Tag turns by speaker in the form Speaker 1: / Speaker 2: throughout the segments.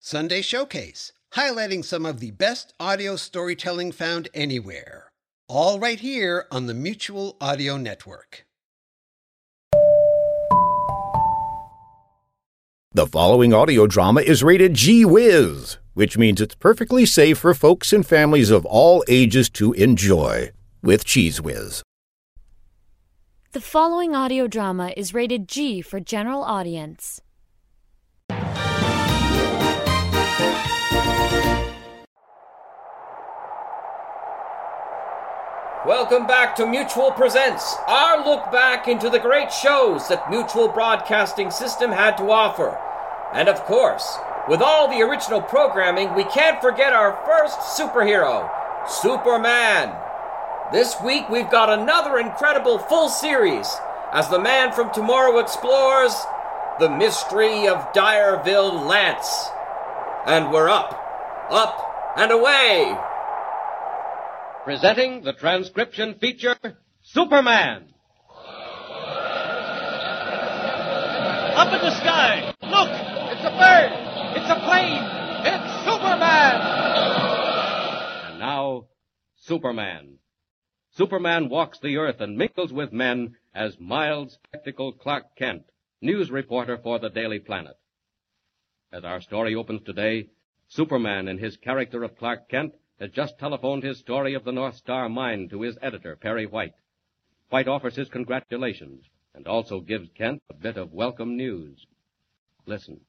Speaker 1: Sunday Showcase, highlighting some of the best audio storytelling found anywhere. All right here on the Mutual Audio Network.
Speaker 2: The following audio drama is rated G Whiz, which means it's perfectly safe for folks and families of all ages to enjoy with Cheese Whiz.
Speaker 3: The following audio drama is rated G for general audience.
Speaker 4: Welcome back to Mutual Presents, our look back into the great shows that Mutual Broadcasting System had to offer. And of course, with all the original programming, we can't forget our first superhero, Superman. This week we've got another incredible full series as the man from tomorrow explores the mystery of Dyerville Lance. And we're up, up, and away!
Speaker 5: presenting the transcription feature Superman.
Speaker 6: Up in the sky! Look! It's a bird! It's a plane! It's Superman!
Speaker 5: And now, Superman. Superman walks the earth and mingles with men as mild spectacled Clark Kent, news reporter for the Daily Planet. As our story opens today, Superman in his character of Clark Kent has just telephoned his story of the North Star mine to his editor, Perry White. White offers his congratulations and also gives Kent a bit of welcome news. Listen.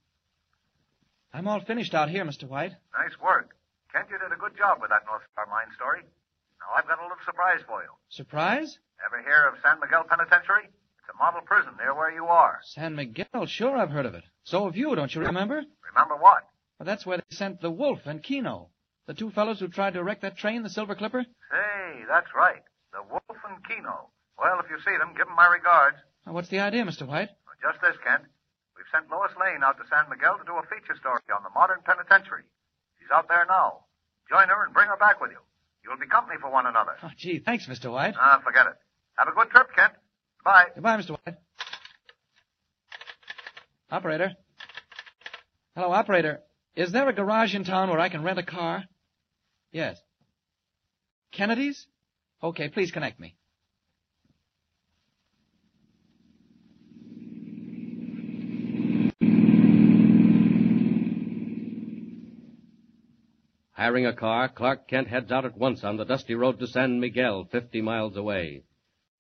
Speaker 7: I'm all finished out here, Mr. White.
Speaker 8: Nice work. Kent, you did a good job with that North Star mine story. Now I've got a little surprise for you.
Speaker 7: Surprise?
Speaker 8: Ever hear of San Miguel Penitentiary? It's a model prison near where you are.
Speaker 7: San Miguel, sure I've heard of it. So have you, don't you remember?
Speaker 8: Remember what?
Speaker 7: Well, that's where they sent the Wolf and Kino. The two fellows who tried to wreck that train, the Silver Clipper?
Speaker 8: Say, that's right. The Wolf and Kino. Well, if you see them, give them my regards.
Speaker 7: Now, what's the idea, Mr. White?
Speaker 8: Well, just this, Kent. We've sent Lois Lane out to San Miguel to do a feature story on the modern penitentiary. She's out there now. Join her and bring her back with you. You'll be company for one another.
Speaker 7: Oh, gee, thanks, Mr. White.
Speaker 8: Ah, forget it. Have a good trip, Kent. Bye.
Speaker 7: Goodbye, Mr. White. Operator. Hello, operator. Is there a garage in town where I can rent a car? Yes. Kennedy's? Okay, please connect me.
Speaker 5: Hiring a car, Clark Kent heads out at once on the dusty road to San Miguel, 50 miles away.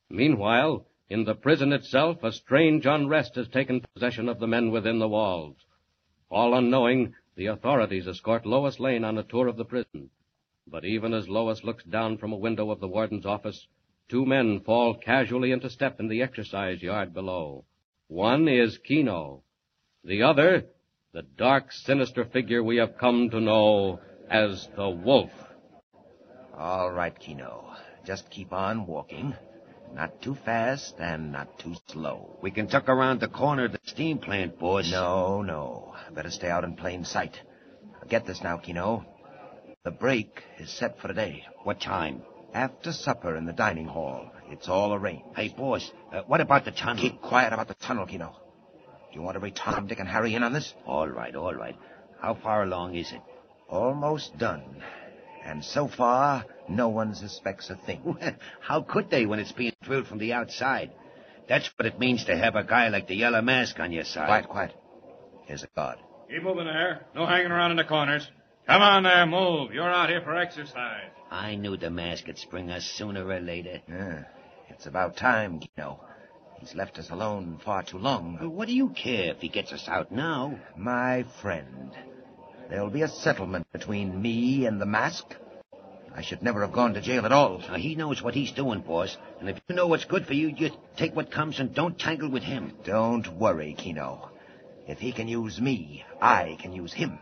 Speaker 5: Meanwhile, in the prison itself, a strange unrest has taken possession of the men within the walls. All unknowing, the authorities escort Lois Lane on a tour of the prison. But even as Lois looks down from a window of the warden's office, two men fall casually into step in the exercise yard below. One is Kino. The other, the dark, sinister figure we have come to know as the Wolf.
Speaker 9: All right, Kino. Just keep on walking. Not too fast and not too slow.
Speaker 10: We can tuck around the corner of the steam plant, boss.
Speaker 9: No, no. Better stay out in plain sight. Get this now, Kino. The break is set for today.
Speaker 10: What time?
Speaker 9: After supper in the dining hall. It's all arranged.
Speaker 10: Hey, boss, uh, what about the tunnel?
Speaker 9: Keep quiet about the tunnel, Kino. Do you want every Tom, Dick, and Harry in on this?
Speaker 10: All right, all right. How far along is it?
Speaker 9: Almost done. And so far, no one suspects a thing.
Speaker 10: How could they when it's being drilled from the outside? That's what it means to have a guy like the Yellow Mask on your side.
Speaker 9: Quiet, quiet. Here's a guard.
Speaker 11: Keep moving there. No hanging around in the corners. Come on there, move. You're out here for exercise.
Speaker 10: I knew the mask would spring us sooner or later.
Speaker 9: Yeah. It's about time, you know. He's left us alone far too long.
Speaker 10: Well, what do you care if he gets us out now?
Speaker 9: My friend, There'll be a settlement between me and the mask. I should never have gone to jail at all.
Speaker 10: Now, Uh, he knows what he's doing, boss. And if you know what's good for you, just take what comes and don't tangle with him.
Speaker 9: Don't worry, Kino. If he can use me, I can use him.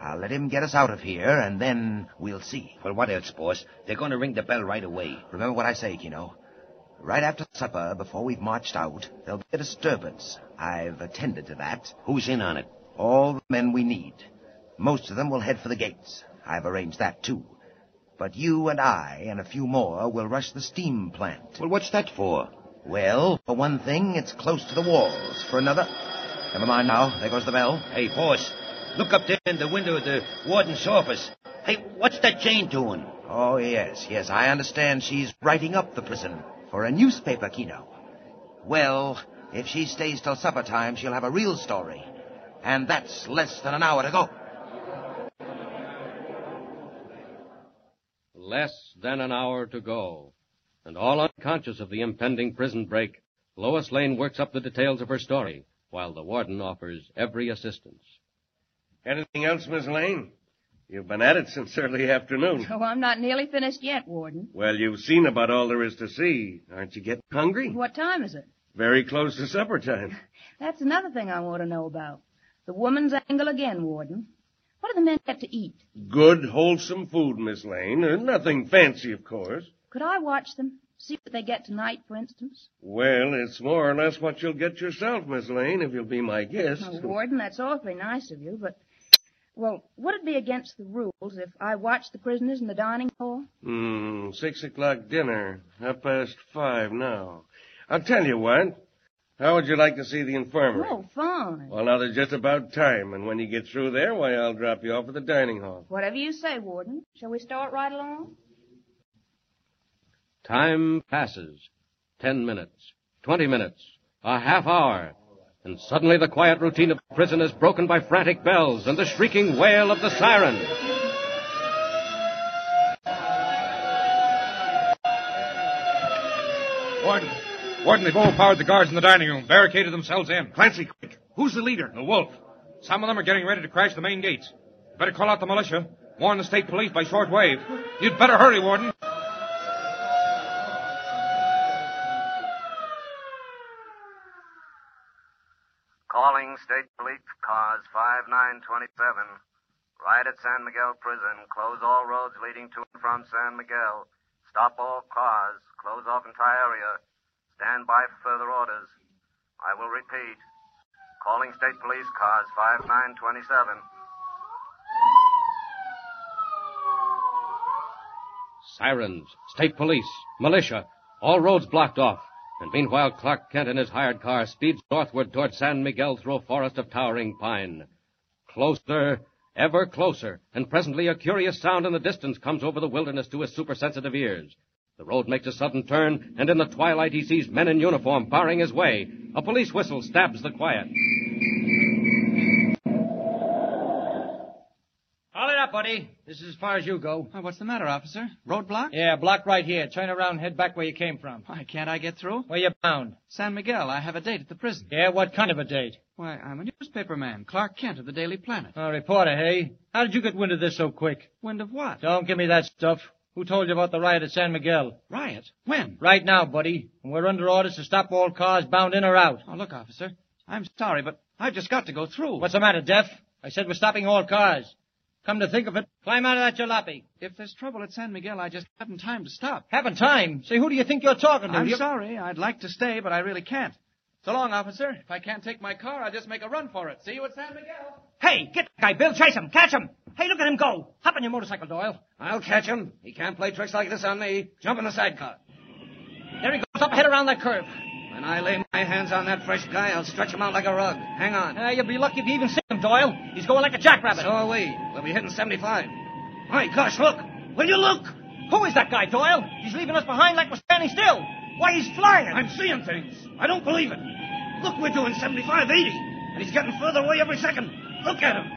Speaker 9: I'll let him get us out of here, and then we'll see.
Speaker 10: Well, what else, boss? They're going to ring the bell right away.
Speaker 9: Remember what I say, Kino. Right after supper, before we've marched out, there'll be a disturbance. I've attended to that.
Speaker 10: Who's in on it?
Speaker 9: All the men we need. Most of them will head for the gates. I've arranged that, too. But you and I and a few more will rush the steam plant.
Speaker 10: Well, what's that for?
Speaker 9: Well, for one thing, it's close to the walls. For another... Never mind now. There goes the bell.
Speaker 10: Hey, boss.
Speaker 12: Look up there in the window of the warden's office. Hey, what's that Jane doing?
Speaker 9: Oh, yes, yes, I understand she's writing up the prison for a newspaper, Kino. Well, if she stays till supper time, she'll have a real story. And that's less than an hour to go.
Speaker 5: Less than an hour to go. And all unconscious of the impending prison break, Lois Lane works up the details of her story, while the warden offers every assistance.
Speaker 13: Anything else, Miss Lane? You've been at it since early afternoon.
Speaker 14: Oh, I'm not nearly finished yet, Warden.
Speaker 13: Well, you've seen about all there is to see. Aren't you getting hungry?
Speaker 14: What time is it?
Speaker 13: Very close to supper time.
Speaker 14: That's another thing I want to know about. The woman's angle again, Warden. What do the men get to eat?
Speaker 13: Good, wholesome food, Miss Lane. Uh, Nothing fancy, of course.
Speaker 14: Could I watch them? See what they get tonight, for instance?
Speaker 13: Well, it's more or less what you'll get yourself, Miss Lane, if you'll be my guest.
Speaker 14: Oh, Warden, that's awfully nice of you, but. Well, would it be against the rules if I watched the prisoners in the dining hall?
Speaker 13: Hmm, six o'clock dinner. Half past five now. I'll tell you what. How would you like to see the infirmary?
Speaker 14: Oh, fine.
Speaker 13: Well, now there's just about time, and when you get through there, why, I'll drop you off at the dining hall.
Speaker 14: Whatever you say, Warden. Shall we start right along?
Speaker 5: Time passes. Ten minutes, twenty minutes, a half hour, and suddenly the quiet routine of the prison is broken by frantic bells and the shrieking wail of the siren.
Speaker 11: Warden, Warden, they've overpowered the guards in the dining room, barricaded themselves in.
Speaker 15: Clancy, quick. Who's the leader?
Speaker 11: The wolf. Some of them are getting ready to crash the main gates. Better call out the militia. Warn the state police by short wave. You'd better hurry, Warden.
Speaker 16: Calling State Police Cars 5927. Right at San Miguel Prison. Close all roads leading to and from San Miguel. Stop all cars. Close off entire area. Stand by for further orders. I will repeat. Calling State Police Cars 5927.
Speaker 5: Sirens, state police, militia, all roads blocked off. And meanwhile, Clark Kent in his hired car speeds northward toward San Miguel through a forest of towering pine. Closer, ever closer, and presently a curious sound in the distance comes over the wilderness to his supersensitive ears. The road makes a sudden turn, and in the twilight he sees men in uniform barring his way. A police whistle stabs the quiet.
Speaker 17: Haul it up, buddy. This is as far as you go.
Speaker 7: what's the matter, officer? Roadblock?
Speaker 17: Yeah, block right here. Turn around, head back where you came from.
Speaker 7: Why, can't I get through?
Speaker 17: Where you bound?
Speaker 7: San Miguel, I have a date at the prison.
Speaker 17: Yeah, what kind of a date?
Speaker 7: Why, I'm a newspaper man, Clark Kent of the Daily Planet.
Speaker 17: A reporter, hey? How did you get wind of this so quick?
Speaker 7: Wind of what?
Speaker 17: Don't give me that stuff. Who told you about the riot at San Miguel?
Speaker 7: Riot? When?
Speaker 17: Right now, buddy. And we're under orders to stop all cars bound in or out.
Speaker 7: Oh, look, officer. I'm sorry, but I've just got to go through.
Speaker 17: What's the matter, Deaf? I said we're stopping all cars. Come to think of it, climb out of that jalopy.
Speaker 7: If there's trouble at San Miguel, I just haven't time to stop.
Speaker 17: Haven't time? Say, who do you think you're talking to?
Speaker 7: I'm
Speaker 17: You-
Speaker 7: sorry. I'd like to stay, but I really can't. So long, officer. If I can't take my car, I'll just make a run for it. See you at San Miguel.
Speaker 6: Hey, get that guy, Bill. Chase him. Catch him. Hey, look at him go. Hop on your motorcycle, Doyle.
Speaker 17: I'll catch him. He can't play tricks like this on me. Jump in the sidecar.
Speaker 6: There he goes up ahead around that curve.
Speaker 17: When I lay my hands on that fresh guy, I'll stretch him out like a rug. Hang on.
Speaker 6: Uh, you'll be lucky if you even see him, Doyle. He's going like a jackrabbit.
Speaker 17: So are we. We'll be hitting 75.
Speaker 6: My gosh, look. Will you look? Who is that guy, Doyle? He's leaving us behind like we're standing still. Why, he's flying.
Speaker 15: I'm seeing things. I don't believe it. Look, we're doing 75, 80, and he's getting further away every second. Look at him.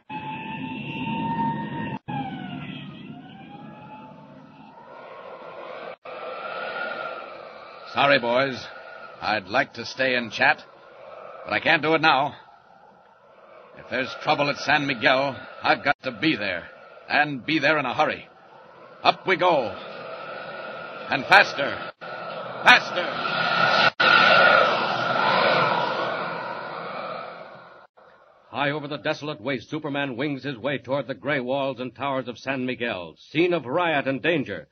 Speaker 18: Sorry, boys. I'd like to stay and chat, but I can't do it now. If there's trouble at San Miguel, I've got to be there, and be there in a hurry. Up we go. And faster. Faster.
Speaker 5: High over the desolate waste, Superman wings his way toward the gray walls and towers of San Miguel, scene of riot and danger.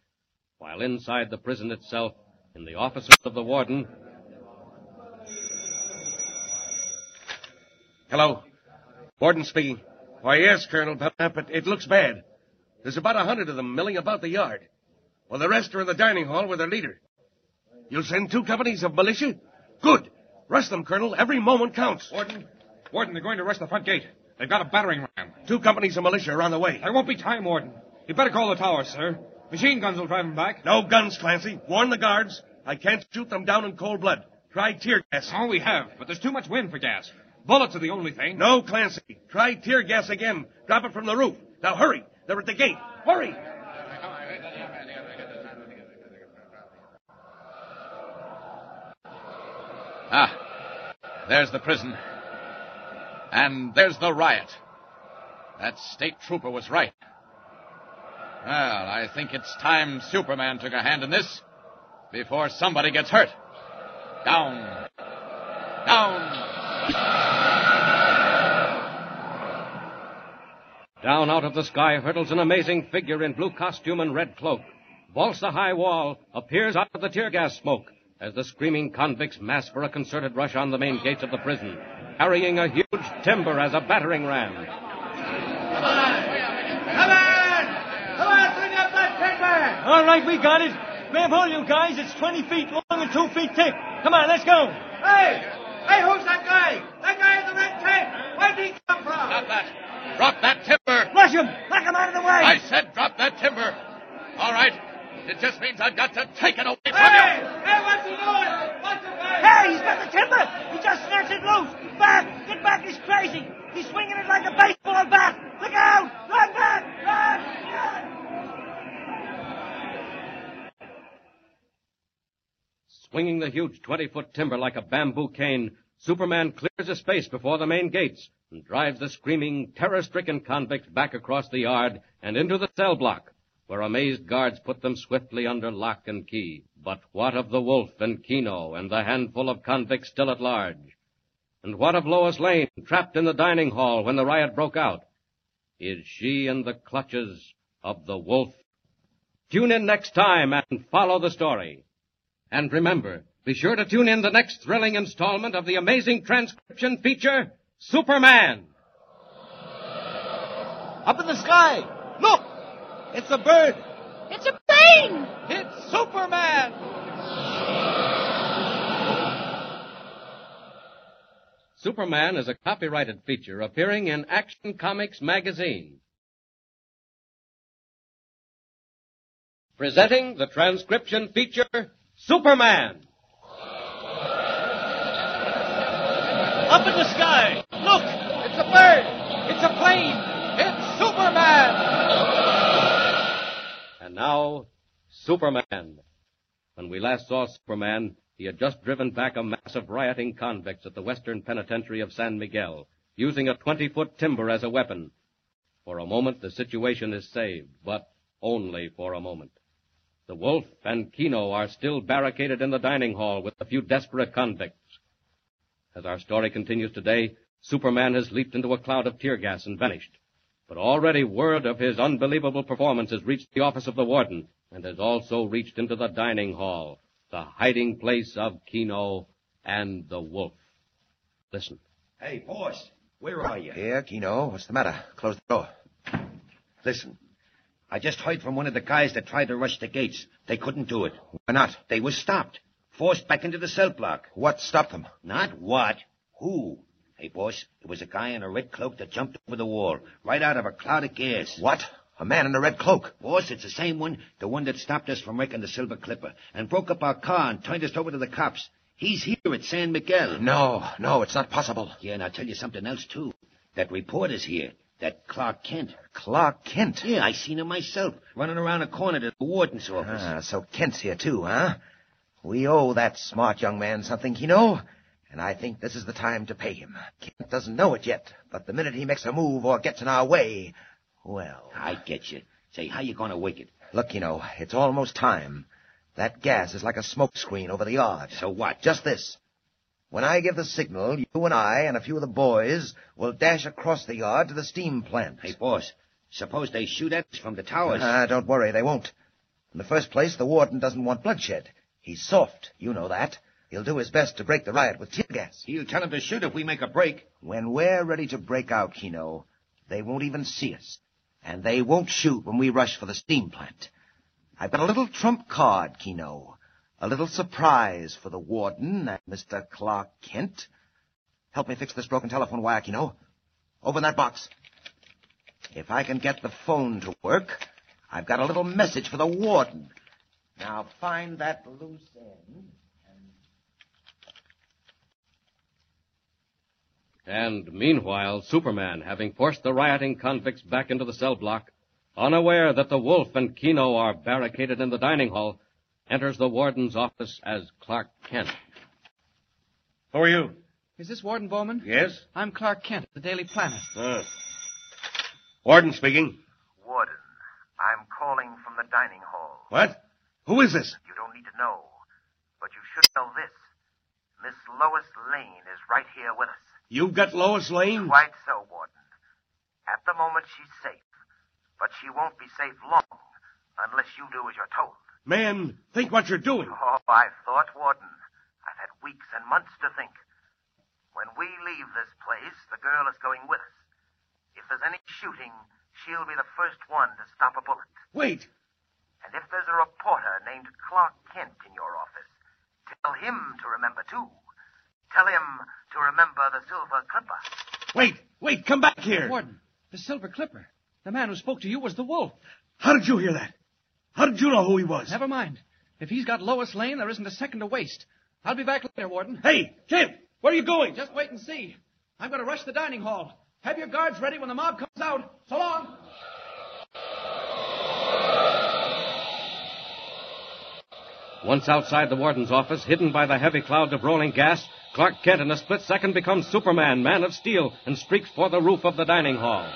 Speaker 5: While inside the prison itself, in the offices of the warden,
Speaker 13: Hello. Warden speaking. Why, yes, Colonel Belknap, it, it looks bad. There's about a hundred of them milling about the yard. Well, the rest are in the dining hall with their leader. You'll send two companies of militia? Good. Rush them, Colonel. Every moment counts.
Speaker 11: Warden, Warden, they're going to rush the front gate. They've got a battering ram.
Speaker 13: Two companies of militia are on the way.
Speaker 19: There won't be time, Warden. You better call the tower, sir. Machine guns will drive them back.
Speaker 13: No guns, Clancy. Warn the guards. I can't shoot them down in cold blood. Try tear gas.
Speaker 19: Oh, we have, but there's too much wind for gas. Bullets are the only thing.
Speaker 13: No, Clancy. Try tear gas again. Drop it from the roof. Now hurry. They're at the gate. Hurry.
Speaker 18: Ah, there's the prison. And there's the riot. That state trooper was right. Well, I think it's time Superman took a hand in this before somebody gets hurt. Down. Down.
Speaker 5: Down out of the sky hurtles an amazing figure in blue costume and red cloak. Vaults the high wall, appears out of the tear gas smoke as the screaming convicts mass for a concerted rush on the main gates of the prison, carrying a huge timber as a battering ram.
Speaker 6: Come on! Come on, bring up that timber!
Speaker 20: All right, we got it. Grab hold, you guys. It's 20 feet long and 2 feet thick. Come on, let's go.
Speaker 6: Hey! Hey, who's that guy? That guy in the red cape! Where'd he come from?
Speaker 18: Stop that! Drop that timber!
Speaker 20: Rush him! Knock him out of the way!
Speaker 18: I said drop that timber! All right. It just means I've got to take it away from
Speaker 6: Hey!
Speaker 18: you!
Speaker 6: Hey, what's he doing? What's he doing?
Speaker 20: Hey, he's got the timber! He just snatched it loose! Back! Get back, he's crazy! He's swinging it like a baseball bat! Look out! Run back! Run!
Speaker 5: Swinging the huge 20 foot timber like a bamboo cane, Superman clears a space before the main gates and drives the screaming, terror stricken convicts back across the yard and into the cell block, where amazed guards put them swiftly under lock and key. But what of the wolf and Kino and the handful of convicts still at large? And what of Lois Lane, trapped in the dining hall when the riot broke out? Is she in the clutches of the wolf? Tune in next time and follow the story. And remember, be sure to tune in the next thrilling installment of the amazing transcription feature, Superman.
Speaker 20: Up in the sky! Look! It's a bird!
Speaker 6: It's a plane!
Speaker 20: It's Superman!
Speaker 5: Superman is a copyrighted feature appearing in Action Comics magazine. Presenting the transcription feature, Superman.
Speaker 6: Up in the sky! Look! It's a bird! It's a plane! It's Superman!
Speaker 5: And now, Superman. When we last saw Superman, he had just driven back a mass of rioting convicts at the Western Penitentiary of San Miguel, using a 20 foot timber as a weapon. For a moment, the situation is saved, but only for a moment. The Wolf and Kino are still barricaded in the dining hall with a few desperate convicts. As our story continues today, Superman has leaped into a cloud of tear gas and vanished. But already word of his unbelievable performance has reached the office of the warden and has also reached into the dining hall, the hiding place of Kino and the wolf. Listen.
Speaker 10: Hey, boss, where are you?
Speaker 9: Here, Kino, what's the matter? Close the door.
Speaker 10: Listen, I just heard from one of the guys that tried to rush the gates. They couldn't do it. Why not? They were stopped, forced back into the cell block.
Speaker 9: What stopped them?
Speaker 10: Not what, who. Hey, boss, it was a guy in a red cloak that jumped over the wall, right out of a cloud of gas.
Speaker 9: What? A man in a red cloak.
Speaker 10: Boss, it's the same one, the one that stopped us from wrecking the Silver Clipper and broke up our car and turned us over to the cops. He's here at San Miguel.
Speaker 9: No, no, it's not possible.
Speaker 10: Yeah, and I'll tell you something else, too. That reporter's here. That Clark Kent.
Speaker 9: Clark Kent.
Speaker 10: Yeah, I seen him myself, running around a corner to the warden's office.
Speaker 9: Ah, so Kent's here too, huh? We owe that smart young man something, Kino, and I think this is the time to pay him. Kent doesn't know it yet, but the minute he makes a move or gets in our way, well...
Speaker 10: I get you. Say, how you gonna wake it?
Speaker 9: Look, Kino, it's almost time. That gas is like a smoke screen over the yard.
Speaker 10: So what?
Speaker 9: Just this. When I give the signal, you and I and a few of the boys will dash across the yard to the steam plant.
Speaker 10: Hey, boss, suppose they shoot at us from the towers.
Speaker 9: Ah, don't worry, they won't. In the first place, the warden doesn't want bloodshed. He's soft, you know that. He'll do his best to break the riot with tear gas.
Speaker 10: He'll tell 'em to shoot if we make a break.
Speaker 9: When we're ready to break out, Kino, they won't even see us. And they won't shoot when we rush for the steam plant. I've got a little trump card, Kino. A little surprise for the warden and Mr. Clark Kent. Help me fix this broken telephone wire, Kino. Open that box. If I can get the phone to work, I've got a little message for the warden. Now find that loose end.
Speaker 5: And meanwhile, Superman, having forced the rioting convicts back into the cell block, unaware that the wolf and Kino are barricaded in the dining hall, enters the warden's office as Clark Kent.
Speaker 13: Who are you?
Speaker 7: Is this Warden Bowman?
Speaker 13: Yes?
Speaker 7: I'm Clark Kent, the Daily Planet.
Speaker 13: Uh, Warden speaking.
Speaker 16: Warden, I'm calling from the dining hall.
Speaker 13: What? Who is this?
Speaker 16: You don't need to know, but you should know this. Miss Lois Lane is right here with us.
Speaker 13: You've got Lois Lane?
Speaker 16: Quite so, Warden. At the moment, she's safe, but she won't be safe long unless you do as you're told.
Speaker 13: Man, think what you're doing.
Speaker 16: Oh, I thought, Warden. I've had weeks and months to think. When we leave this place, the girl is going with us. If there's any shooting, she'll be the first one to stop a bullet.
Speaker 13: Wait.
Speaker 16: And if there's a reporter named Clark Kent in your office, tell him to remember, too. Tell him to remember the silver clipper.
Speaker 13: Wait, wait, come back here.
Speaker 7: Warden, the Silver Clipper. The man who spoke to you was the wolf.
Speaker 13: How did you hear that? How did you know who he was?
Speaker 7: Never mind. If he's got Lois Lane, there isn't a second to waste. I'll be back later, Warden.
Speaker 13: Hey, Kent, where are you going?
Speaker 7: Just wait and see. I'm going to rush the dining hall. Have your guards ready when the mob comes out. So long.
Speaker 5: Once outside the warden's office, hidden by the heavy cloud of rolling gas, Clark Kent in a split second becomes Superman, Man of Steel, and streaks for the roof of the dining hall.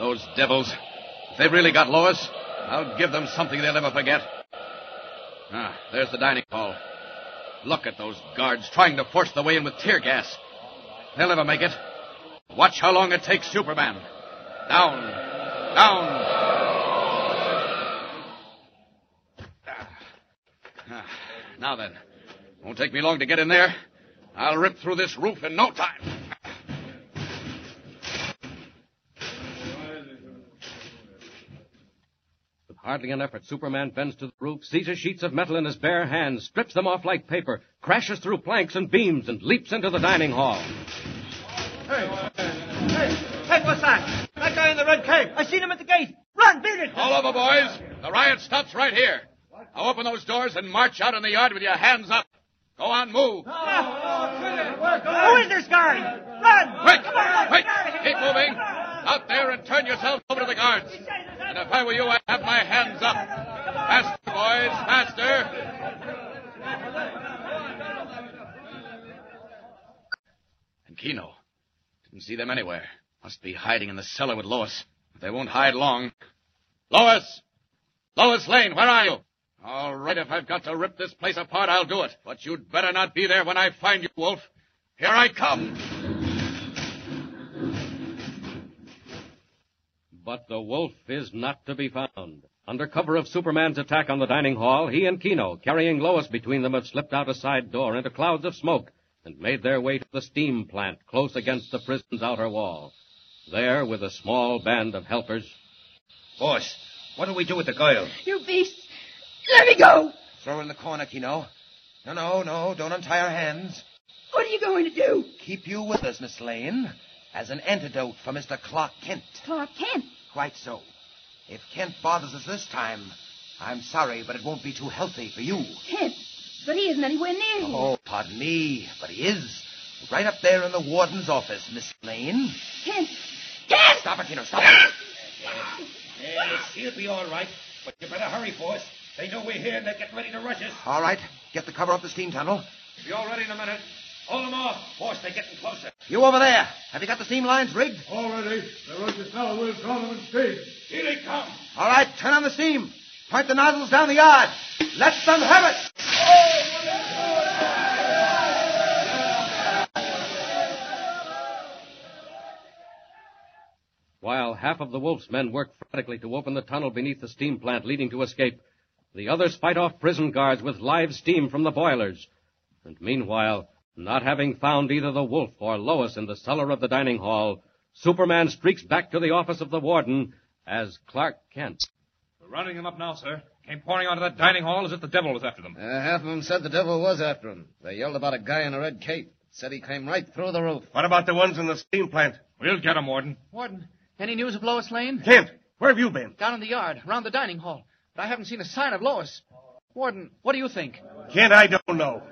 Speaker 18: Those devils. If they've really got Lois, I'll give them something they'll never forget. Ah, there's the dining hall. Look at those guards trying to force their way in with tear gas. They'll never make it. Watch how long it takes Superman. Down. Down. Ah, Now then. Won't take me long to get in there. I'll rip through this roof in no time.
Speaker 5: With hardly an effort, Superman bends to the roof, seizes sheets of metal in his bare hands, strips them off like paper, crashes through planks and beams, and leaps into the dining hall.
Speaker 20: Hey, hey, what's that? That guy in the red cape. I seen him at the gate. Run, beat it.
Speaker 18: All over, boys. The riot stops right here. Now open those doors and march out in the yard with your hands up. Go on, move.
Speaker 20: Who is this guy? Run!
Speaker 18: Quick! Quick! Keep moving. Out there and turn yourselves over to the guards. And if I were you, I'd have my hands up. Faster, boys, faster. And Kino. Didn't see them anywhere. Must be hiding in the cellar with Lois. But they won't hide long. Lois! Lois Lane, where are you? All right, if I've got to rip this place apart, I'll do it. But you'd better not be there when I find you, Wolf. Here I come.
Speaker 5: But the wolf is not to be found. Under cover of Superman's attack on the dining hall, he and Kino, carrying Lois between them, have slipped out a side door into clouds of smoke and made their way to the steam plant close against the prison's outer wall. There, with a small band of helpers,
Speaker 10: Boss, what do we do with the girl?
Speaker 14: You beast! Let me go!
Speaker 9: Throw her in the corner, Kino. No, no, no, don't untie her hands.
Speaker 14: What are you going to do?
Speaker 9: Keep you with us, Miss Lane, as an antidote for Mr. Clark Kent.
Speaker 14: Clark Kent.
Speaker 9: Quite so. If Kent bothers us this time, I'm sorry, but it won't be too healthy for you.
Speaker 14: Kent. But he isn't anywhere near here.
Speaker 9: Oh, pardon me, but he is. Right up there in the warden's office, Miss Lane.
Speaker 14: Kent.
Speaker 9: Stop it, Kino, stop it.
Speaker 10: she'll be all right, but you better hurry, boss. They know we're here and they're getting ready to rush us.
Speaker 9: All right, get the cover off the steam tunnel.
Speaker 10: Be all ready in a minute. Hold them off. Boss, they're getting closer.
Speaker 9: You over there. Have you got the steam lines rigged?
Speaker 21: All ready. The Rochester fellow will call them in speed.
Speaker 10: Here they come.
Speaker 9: All right, turn on the steam. Point the nozzles down the yard. Let them have it.
Speaker 5: While half of the wolf's men work frantically to open the tunnel beneath the steam plant leading to escape, the others fight off prison guards with live steam from the boilers. And meanwhile, not having found either the wolf or Lois in the cellar of the dining hall, Superman streaks back to the office of the warden as Clark Kent.
Speaker 19: We're running them up now, sir. Came pouring onto that dining hall as if the devil was after them.
Speaker 22: Uh, half of them said the devil was after 'em. They yelled about a guy in a red cape.
Speaker 9: Said he came right through the roof.
Speaker 13: What about the ones in the steam plant? We'll get 'em, Warden.
Speaker 7: Warden, any news of Lois Lane?
Speaker 13: Kent, where have you been?
Speaker 7: Down in the yard, around the dining hall. But I haven't seen a sign of Lois. Warden, what do you think?
Speaker 13: Kent, I don't know.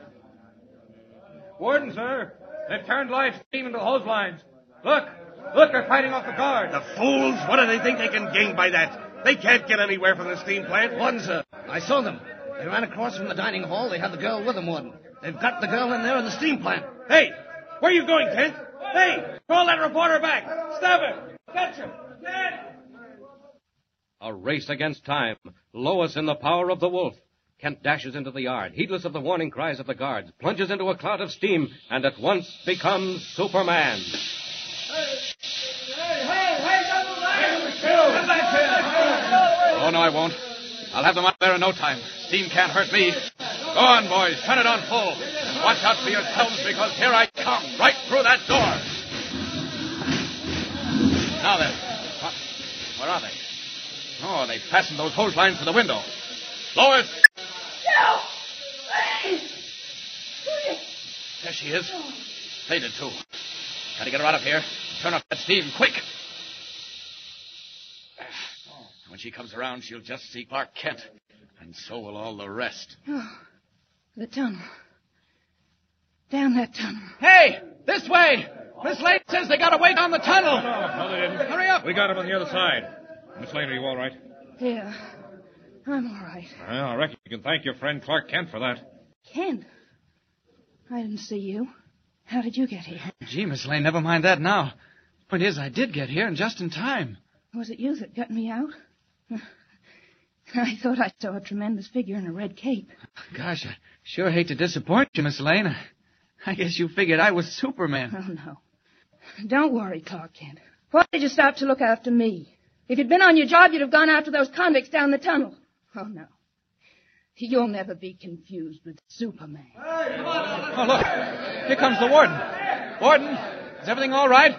Speaker 19: Warden, sir, they've turned live steam into the hose lines. Look, look, they're fighting off the guard.
Speaker 13: The fools! What do they think they can gain by that? They can't get anywhere from the steam plant.
Speaker 9: Warden, sir, I saw them. They ran across from the dining hall. They had the girl with them, Warden. They've got the girl in there in the steam plant.
Speaker 13: Hey, where are you going, Kent? Hey,
Speaker 6: call that reporter back. Stab him. Catch him. Kent!
Speaker 5: A race against time. Lois in the power of the wolf. Kent dashes into the yard, heedless of the warning cries of the guards, plunges into a cloud of steam, and at once becomes Superman.
Speaker 20: Hey, hey, hey, double line!
Speaker 6: Come back here.
Speaker 18: Oh, no, I won't. I'll have them out there in no time. Steam can't hurt me. Go on, boys. Turn it on full. Watch out for yourselves because here I come, right through that door. Now then. What? Where are they? Oh, they fastened those hose lines to the window. Lois!
Speaker 14: Help! Please! Who did-
Speaker 18: There she is. They did too. Gotta get her out of here. Turn off that steam, quick! Ah, When she comes around, she'll just see Clark Kent. And so will all the rest.
Speaker 14: Oh, the tunnel. Down that tunnel.
Speaker 7: Hey, this way! Miss Lane says they got away down the tunnel.
Speaker 19: No, they didn't.
Speaker 7: Hurry up.
Speaker 19: We got 'em on the other side. Miss Lane, are you all right?
Speaker 14: Yeah. I'm all right.
Speaker 19: Well, I reckon you can thank your friend Clark Kent for that.
Speaker 14: Ken, I didn't see you. How did you get here?
Speaker 7: Gee, Miss Lane, never mind that now. Point is, I did get here, and just in time.
Speaker 14: Was it you that got me out? I thought I saw a tremendous figure in a red cape.
Speaker 7: Gosh, I sure hate to disappoint you, Miss Lane. I guess you figured I was Superman.
Speaker 14: Oh, no. Don't worry, Clark Kent. Why did you stop to look after me? If you'd been on your job, you'd have gone after those convicts down the tunnel. Oh, no. You'll never be confused with Superman.
Speaker 7: Oh, look. Here comes the warden. Warden, is everything all right?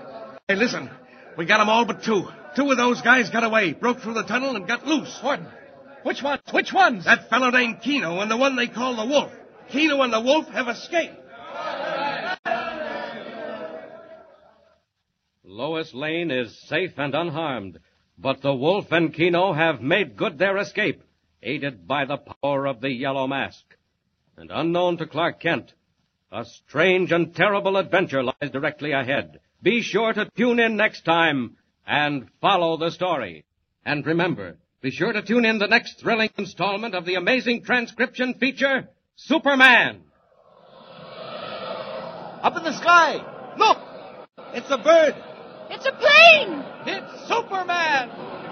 Speaker 13: Hey, listen. We got 'em all but two. Two of those guys got away, broke through the tunnel, and got loose.
Speaker 7: Warden, which ones? Which ones?
Speaker 13: That fellow named Kino and the one they call the Wolf. Kino and the Wolf have escaped.
Speaker 5: Lois Lane is safe and unharmed, but the wolf and Kino have made good their escape, aided by the power of the yellow mask. And unknown to Clark Kent, a strange and terrible adventure lies directly ahead. Be sure to tune in next time and follow the story. And remember, be sure to tune in the next thrilling installment of the amazing transcription feature, Superman!
Speaker 6: Up in the sky! Look! It's a bird!
Speaker 14: It's a plane!
Speaker 6: It's Superman!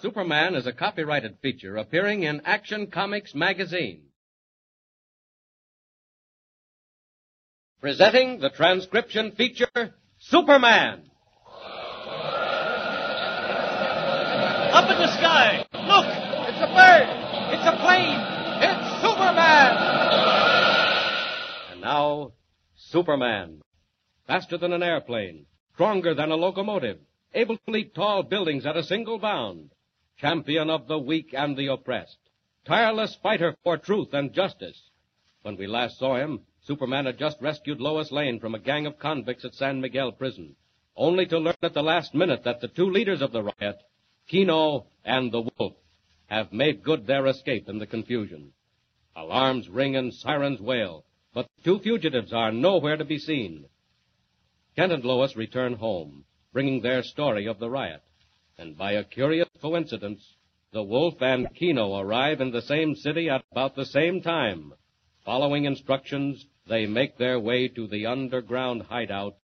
Speaker 5: Superman is a copyrighted feature appearing in Action Comics magazine. Presenting the transcription feature, Superman!
Speaker 6: Up in the sky! Look! It's a bird! It's a plane! It's Superman!
Speaker 5: And now, Superman. Faster than an airplane, stronger than a locomotive, able to leap tall buildings at a single bound, champion of the weak and the oppressed, tireless fighter for truth and justice. When we last saw him, Superman had just rescued Lois Lane from a gang of convicts at San Miguel prison, only to learn at the last minute that the two leaders of the riot, Kino and the Wolf, have made good their escape in the confusion. Alarms ring and sirens wail, but the two fugitives are nowhere to be seen. Kent and Lois return home, bringing their story of the riot, and by a curious coincidence, the Wolf and Kino arrive in the same city at about the same time. Following instructions, they make their way to the underground hideout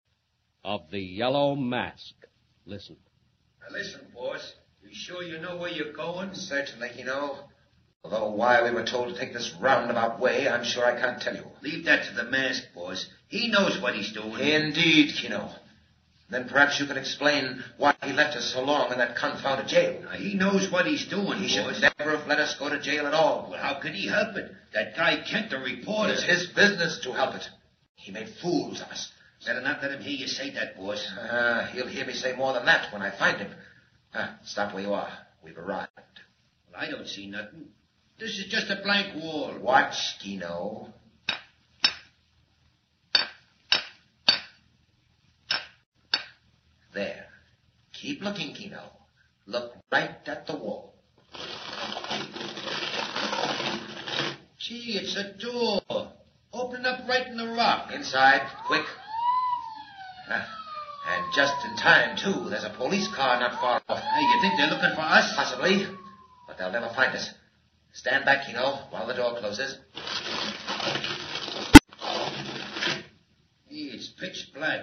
Speaker 5: of the Yellow Mask. Listen.
Speaker 9: listen, boss. You sure you know where you're going? Certainly, you know.
Speaker 10: Although why we were told to take this roundabout way, I'm sure I can't tell you.
Speaker 9: Leave that to the mask, boss. He knows what he's doing.
Speaker 10: Indeed, Kino. Then perhaps you can explain why he left us so long in that confounded jail.
Speaker 9: Now, he knows what he's doing,
Speaker 10: He
Speaker 9: boss.
Speaker 10: should never have let us go to jail at all.
Speaker 9: Well, how could he help it? That guy Kent, the reporter.
Speaker 10: It's his business to help it. He made fools of us.
Speaker 9: Better not let him hear you say that, boss.
Speaker 10: Uh, he'll hear me say more than that when I find him. Uh, stop where you are. We've arrived.
Speaker 9: Well, I don't see nothing. This is just a blank wall.
Speaker 10: Watch, Kino.
Speaker 9: Keep looking, Kino. Look right at the wall. Gee, it's a door. Open up right in the rock. Inside, quick. Huh. And just in time, too. There's a police car not far off. Hey, you think they're looking for us? Possibly. But they'll never find us. Stand back, Kino, while the door closes. Gee, it's pitch black.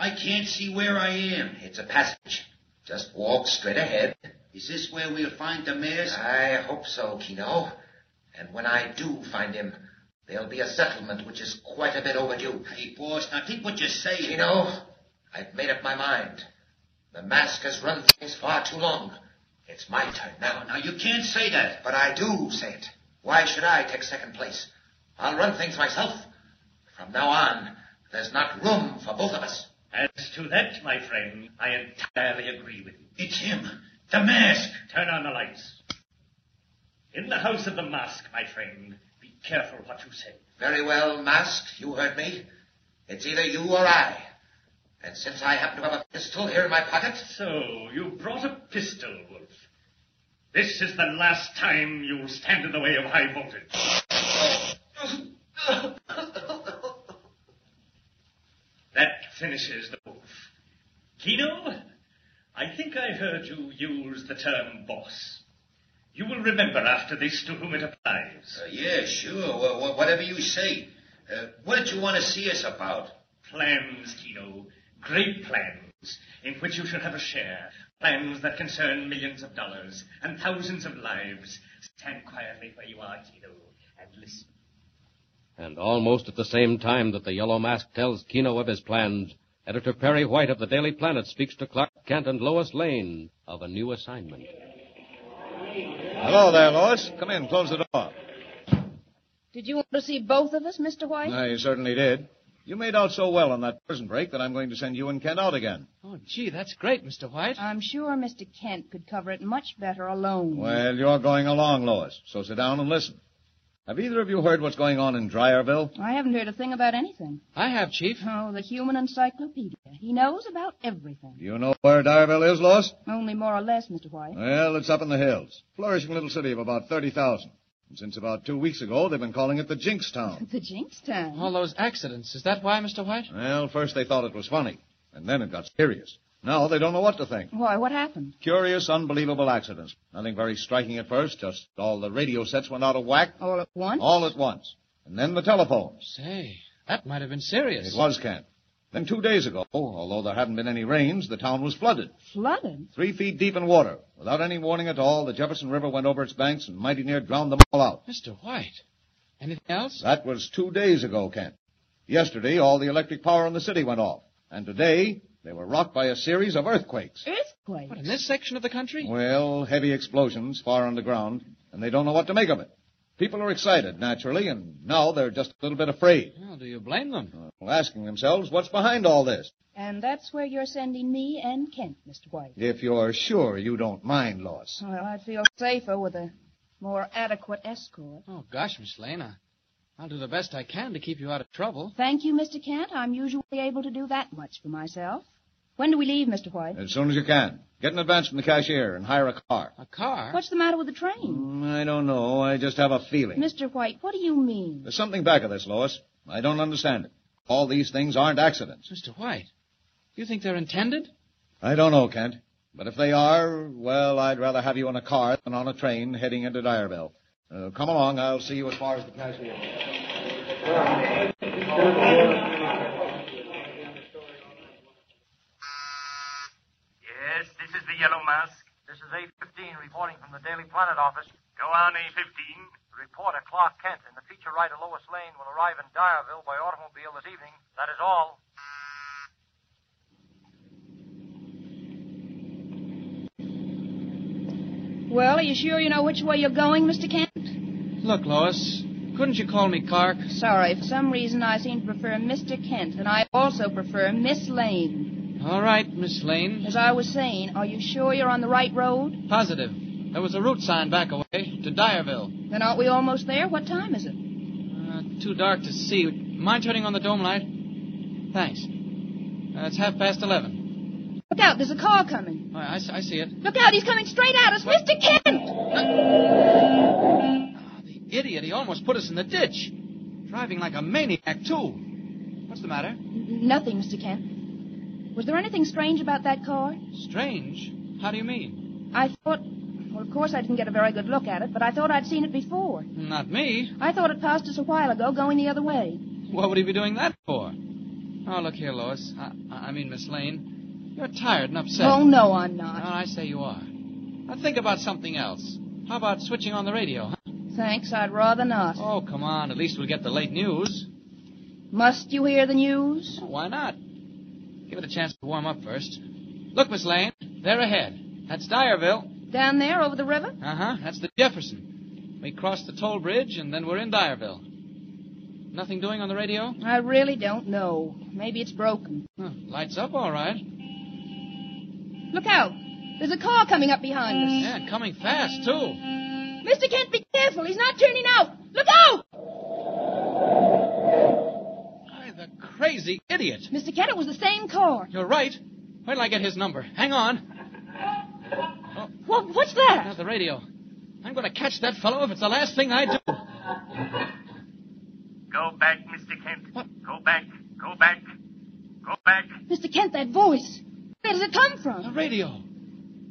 Speaker 9: I can't see where I am. It's a passage. Just walk straight ahead. Is this where we'll find the mask? I hope so, Kino. And when I do find him, there'll be a settlement which is quite a bit overdue. Hey, boss, now think what you're saying. Kino, I've made up my mind. The mask has run things far too long. It's my turn Oh, now. Now, you can't say that. But I do say it. Why should I take second place? I'll run things myself. From now on, there's not room for both of us.
Speaker 22: As to that, my friend, I entirely agree with you.
Speaker 9: It's him. The mask.
Speaker 22: Turn on the lights. In the house of the mask, my friend, be careful what you say.
Speaker 9: Very well, Mask. You heard me. It's either you or I. And since I happen to have a pistol here in my pocket.
Speaker 22: So, you brought a pistol, Wolf. This is the last time you'll stand in the way of high voltage. that finishes the wolf. Kino, I think I heard you use the term boss. You will remember after this to whom it applies.
Speaker 9: Uh, yeah, sure. Wha- wha- whatever you say. Uh, what did you want to see us about?
Speaker 22: Plans, Kino. Great plans, in which you shall have a share. Plans that concern millions of dollars and thousands of lives. Stand quietly where you are, Kino, and listen.
Speaker 5: And almost at the same time that the Yellow Mask tells Kino of his plans, editor Perry White of the Daily Planet speaks to Clark Kent and Lois Lane of a new assignment.
Speaker 1: Hello there, Lois. Come in, close the door.
Speaker 14: Did you want to see both of us, Mr. White?
Speaker 1: No, you certainly did. You made out so well on that prison break that I'm going to send you and Kent out again.
Speaker 7: Oh, gee, that's great, Mr. White.
Speaker 14: I'm sure Mr. Kent could cover it much better alone.
Speaker 1: Well, you're going along, Lois, so sit down and listen. Have either of you heard what's going on in Dryerville?
Speaker 14: I haven't heard a thing about anything.
Speaker 7: I have, Chief.
Speaker 14: Oh, the human encyclopedia. He knows about everything.
Speaker 1: Do you know where Dryerville is, Lois?
Speaker 14: Only more or less, Mr. White.
Speaker 1: Well, it's up in the hills. Flourishing little city of about 30,000. And Since about two weeks ago, they've been calling it the Jinx Town.
Speaker 14: The Jinx Town.
Speaker 7: All those accidents. Is that why, Mr. White?
Speaker 1: Well, first they thought it was funny, and then it got serious. Now they don't know what to think.
Speaker 14: Why, what happened?
Speaker 1: Curious, unbelievable accidents. Nothing very striking at first, just all the radio sets went out of whack.
Speaker 14: All at once?
Speaker 1: All at once. And then the telephones.
Speaker 7: Say, that might have been serious.
Speaker 1: It was, Kent. Then two days ago, although there hadn't been any rains, the town was flooded.
Speaker 14: Flooded?
Speaker 1: Three feet deep in water. Without any warning at all, the Jefferson River went over its banks and mighty near drowned them all out.
Speaker 7: Mr. White. Anything else?
Speaker 1: That was two days ago, Kent. Yesterday, all the electric power in the city went off. And today, they were rocked by a series of earthquakes.
Speaker 14: Earthquake?
Speaker 7: What, in this section of the country?
Speaker 1: Well, heavy explosions far underground, and they don't know what to make of it. People are excited, naturally, and now they're just a little bit afraid.
Speaker 7: Well, do you blame them?
Speaker 1: Well, asking themselves what's behind all this.
Speaker 14: And that's where you're sending me and Kent, Mr. White.
Speaker 1: If you're sure you don't mind, Lois.
Speaker 14: Well, I feel safer with a more adequate escort.
Speaker 7: Oh, gosh, Miss Lane, I, I'll do the best I can to keep you out of trouble.
Speaker 14: Thank you, Mr. Kent. I'm usually able to do that much for myself. When do we leave, Mr. White?
Speaker 1: As soon as you can. Get an advance from the cashier and hire a car.
Speaker 7: A car?
Speaker 14: What's the matter with the train?
Speaker 1: Mm, I don't know. I just have a feeling.
Speaker 14: Mr. White, what do you mean?
Speaker 1: There's something back of this, Lois. I don't understand it. All these things aren't accidents.
Speaker 7: Mr. White, you think they're intended?
Speaker 1: I don't know, Kent. But if they are, well, I'd rather have you in a car than on a train heading into Dyerville. Uh, come along. I'll see you as far as the cashier.
Speaker 6: Yes, this is the Yellow Mask.
Speaker 11: This is A15 reporting from the Daily Planet office.
Speaker 6: Go on, A15.
Speaker 11: Reporter Clark Kent and the feature writer Lois Lane will arrive in Dyerville by automobile this evening. That is all.
Speaker 14: Well, are you sure you know which way you're going, Mr. Kent?
Speaker 7: Look, Lois, couldn't you call me Clark?
Speaker 14: Sorry, for some reason I seem to prefer Mr. Kent, and I also prefer Miss Lane.
Speaker 7: All right, Miss Lane.
Speaker 14: As I was saying, are you sure you're on the right road?
Speaker 7: Positive. There was a route sign back away to Dyerville.
Speaker 14: Then aren't we almost there? What time is it?
Speaker 7: Uh, too dark to see. Mind turning on the dome light? Thanks. Uh, it's half past eleven.
Speaker 14: Look Look out, there's a car coming.
Speaker 7: I, I, I see it.
Speaker 14: Look out, he's coming straight at us. Mr. Kent!
Speaker 7: Idiot, he almost put us in the ditch. Driving like a maniac, too. What's the matter?
Speaker 14: Nothing, Mr. Kent. Was there anything strange about that car?
Speaker 7: Strange? How do you mean?
Speaker 14: I thought. Well, of course, I didn't get a very good look at it, but I thought I'd seen it before.
Speaker 7: Not me.
Speaker 14: I thought it passed us a while ago, going the other way.
Speaker 7: What would he be doing that for? Oh, look here, Lois. I, I mean, Miss Lane. You're tired and upset.
Speaker 14: Oh, no, I'm not.
Speaker 7: No, I say you are. Now think about something else. How about switching on the radio, huh?
Speaker 14: Thanks, I'd rather not.
Speaker 7: Oh, come on. At least we'll get the late news.
Speaker 14: Must you hear the news?
Speaker 7: Why not? Give it a chance to warm up first. Look, Miss Lane, they're ahead. That's Dyerville.
Speaker 14: Down there over the river?
Speaker 7: Uh huh. That's the Jefferson. We crossed the toll bridge, and then we're in Dyerville. Nothing doing on the radio?
Speaker 14: I really don't know. Maybe it's broken.
Speaker 7: Lights up, all right.
Speaker 14: Look out! There's a car coming up behind us.
Speaker 7: Yeah, and coming fast, too.
Speaker 14: Mr. Kent, be careful. He's not turning out. Look out!
Speaker 7: Why, the crazy idiot.
Speaker 14: Mr. Kent, it was the same car.
Speaker 7: You're right. Where till I get his number? Hang on.
Speaker 14: What, what's that?
Speaker 7: There's the radio. I'm going to catch that fellow if it's the last thing I do.
Speaker 22: Go back, Mr. Kent. Go back. Go back. Go back.
Speaker 14: Mr. Kent, that voice. Where does it come from?
Speaker 7: The radio.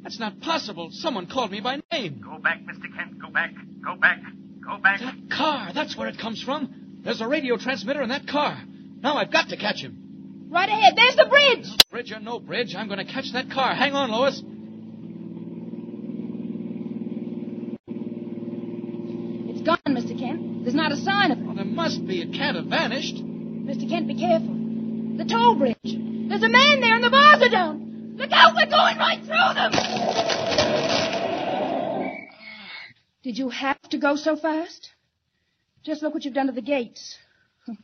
Speaker 7: That's not possible. Someone called me by name.
Speaker 22: Go back, Mr. Kent. Go back. Go back. Go back.
Speaker 7: That car. That's where it comes from. There's a radio transmitter in that car. Now I've got to catch him.
Speaker 14: Right ahead. There's the bridge.
Speaker 7: Bridge or no bridge, I'm going to catch that car. Hang on, Lois.
Speaker 14: It's gone, Mr. Kent. There's not a sign of it.
Speaker 7: Well, there must be. It can't have vanished.
Speaker 14: Mr. Kent, be careful. The toll bridge. There's a man there, and the bars are down. Look out, we're going right through them. Did you have to go so fast? Just look what you've done to the gates.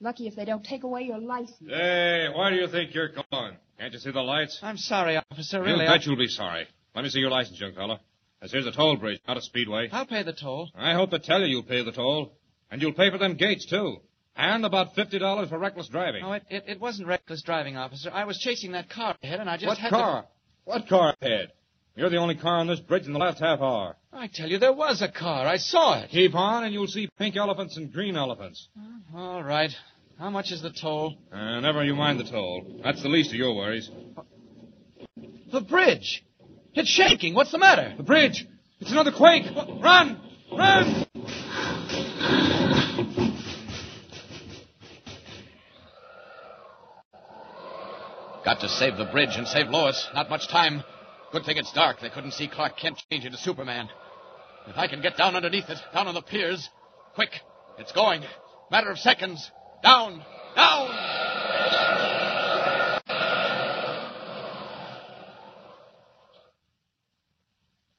Speaker 14: Lucky if they don't take away your license.
Speaker 11: Hey, why do you think you're gone? Can't you see the lights?
Speaker 7: I'm sorry, officer.
Speaker 11: you
Speaker 7: Really,
Speaker 11: bet you'll be sorry. Let me see your license, young fella. As here's a toll bridge, not a speedway.
Speaker 7: I... will pay the toll.
Speaker 11: I hope to tell you you'll pay the toll. And you'll pay for them gates, too. And about $50 for reckless driving.
Speaker 7: No, it, it, it wasn't reckless driving, officer. I was chasing that car ahead, and I just
Speaker 11: what
Speaker 7: had
Speaker 11: car?
Speaker 7: to...
Speaker 11: What car ahead? You're the only car on this bridge in the last half hour.
Speaker 7: I tell you, there was a car. I saw it.
Speaker 11: Keep on, and you'll see pink elephants and green elephants.
Speaker 7: Uh, All right. How much is the toll?
Speaker 11: Uh, never you mind the toll. That's the least of your worries.
Speaker 7: The bridge. It's shaking. What's the matter?
Speaker 11: The bridge. It's another quake. Run! Run!
Speaker 18: Got to save the bridge and save Lois. Not much time. Good thing it's dark. They couldn't see Clark Kent change into Superman. If I can get down underneath it, down on the piers, quick, it's going. Matter of seconds. Down, down.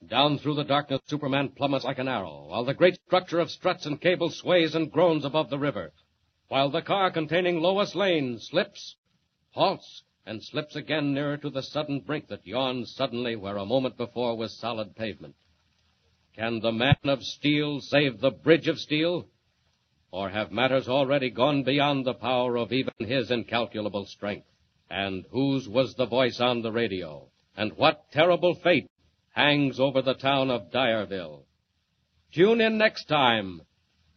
Speaker 5: Down through the darkness, Superman plummets like an arrow, while the great structure of struts and cables sways and groans above the river, while the car containing Lois Lane slips, halts, and slips again nearer to the sudden brink that yawns suddenly where a moment before was solid pavement. Can the man of steel save the bridge of steel? Or have matters already gone beyond the power of even his incalculable strength? And whose was the voice on the radio? And what terrible fate hangs over the town of Dyerville. Tune in next time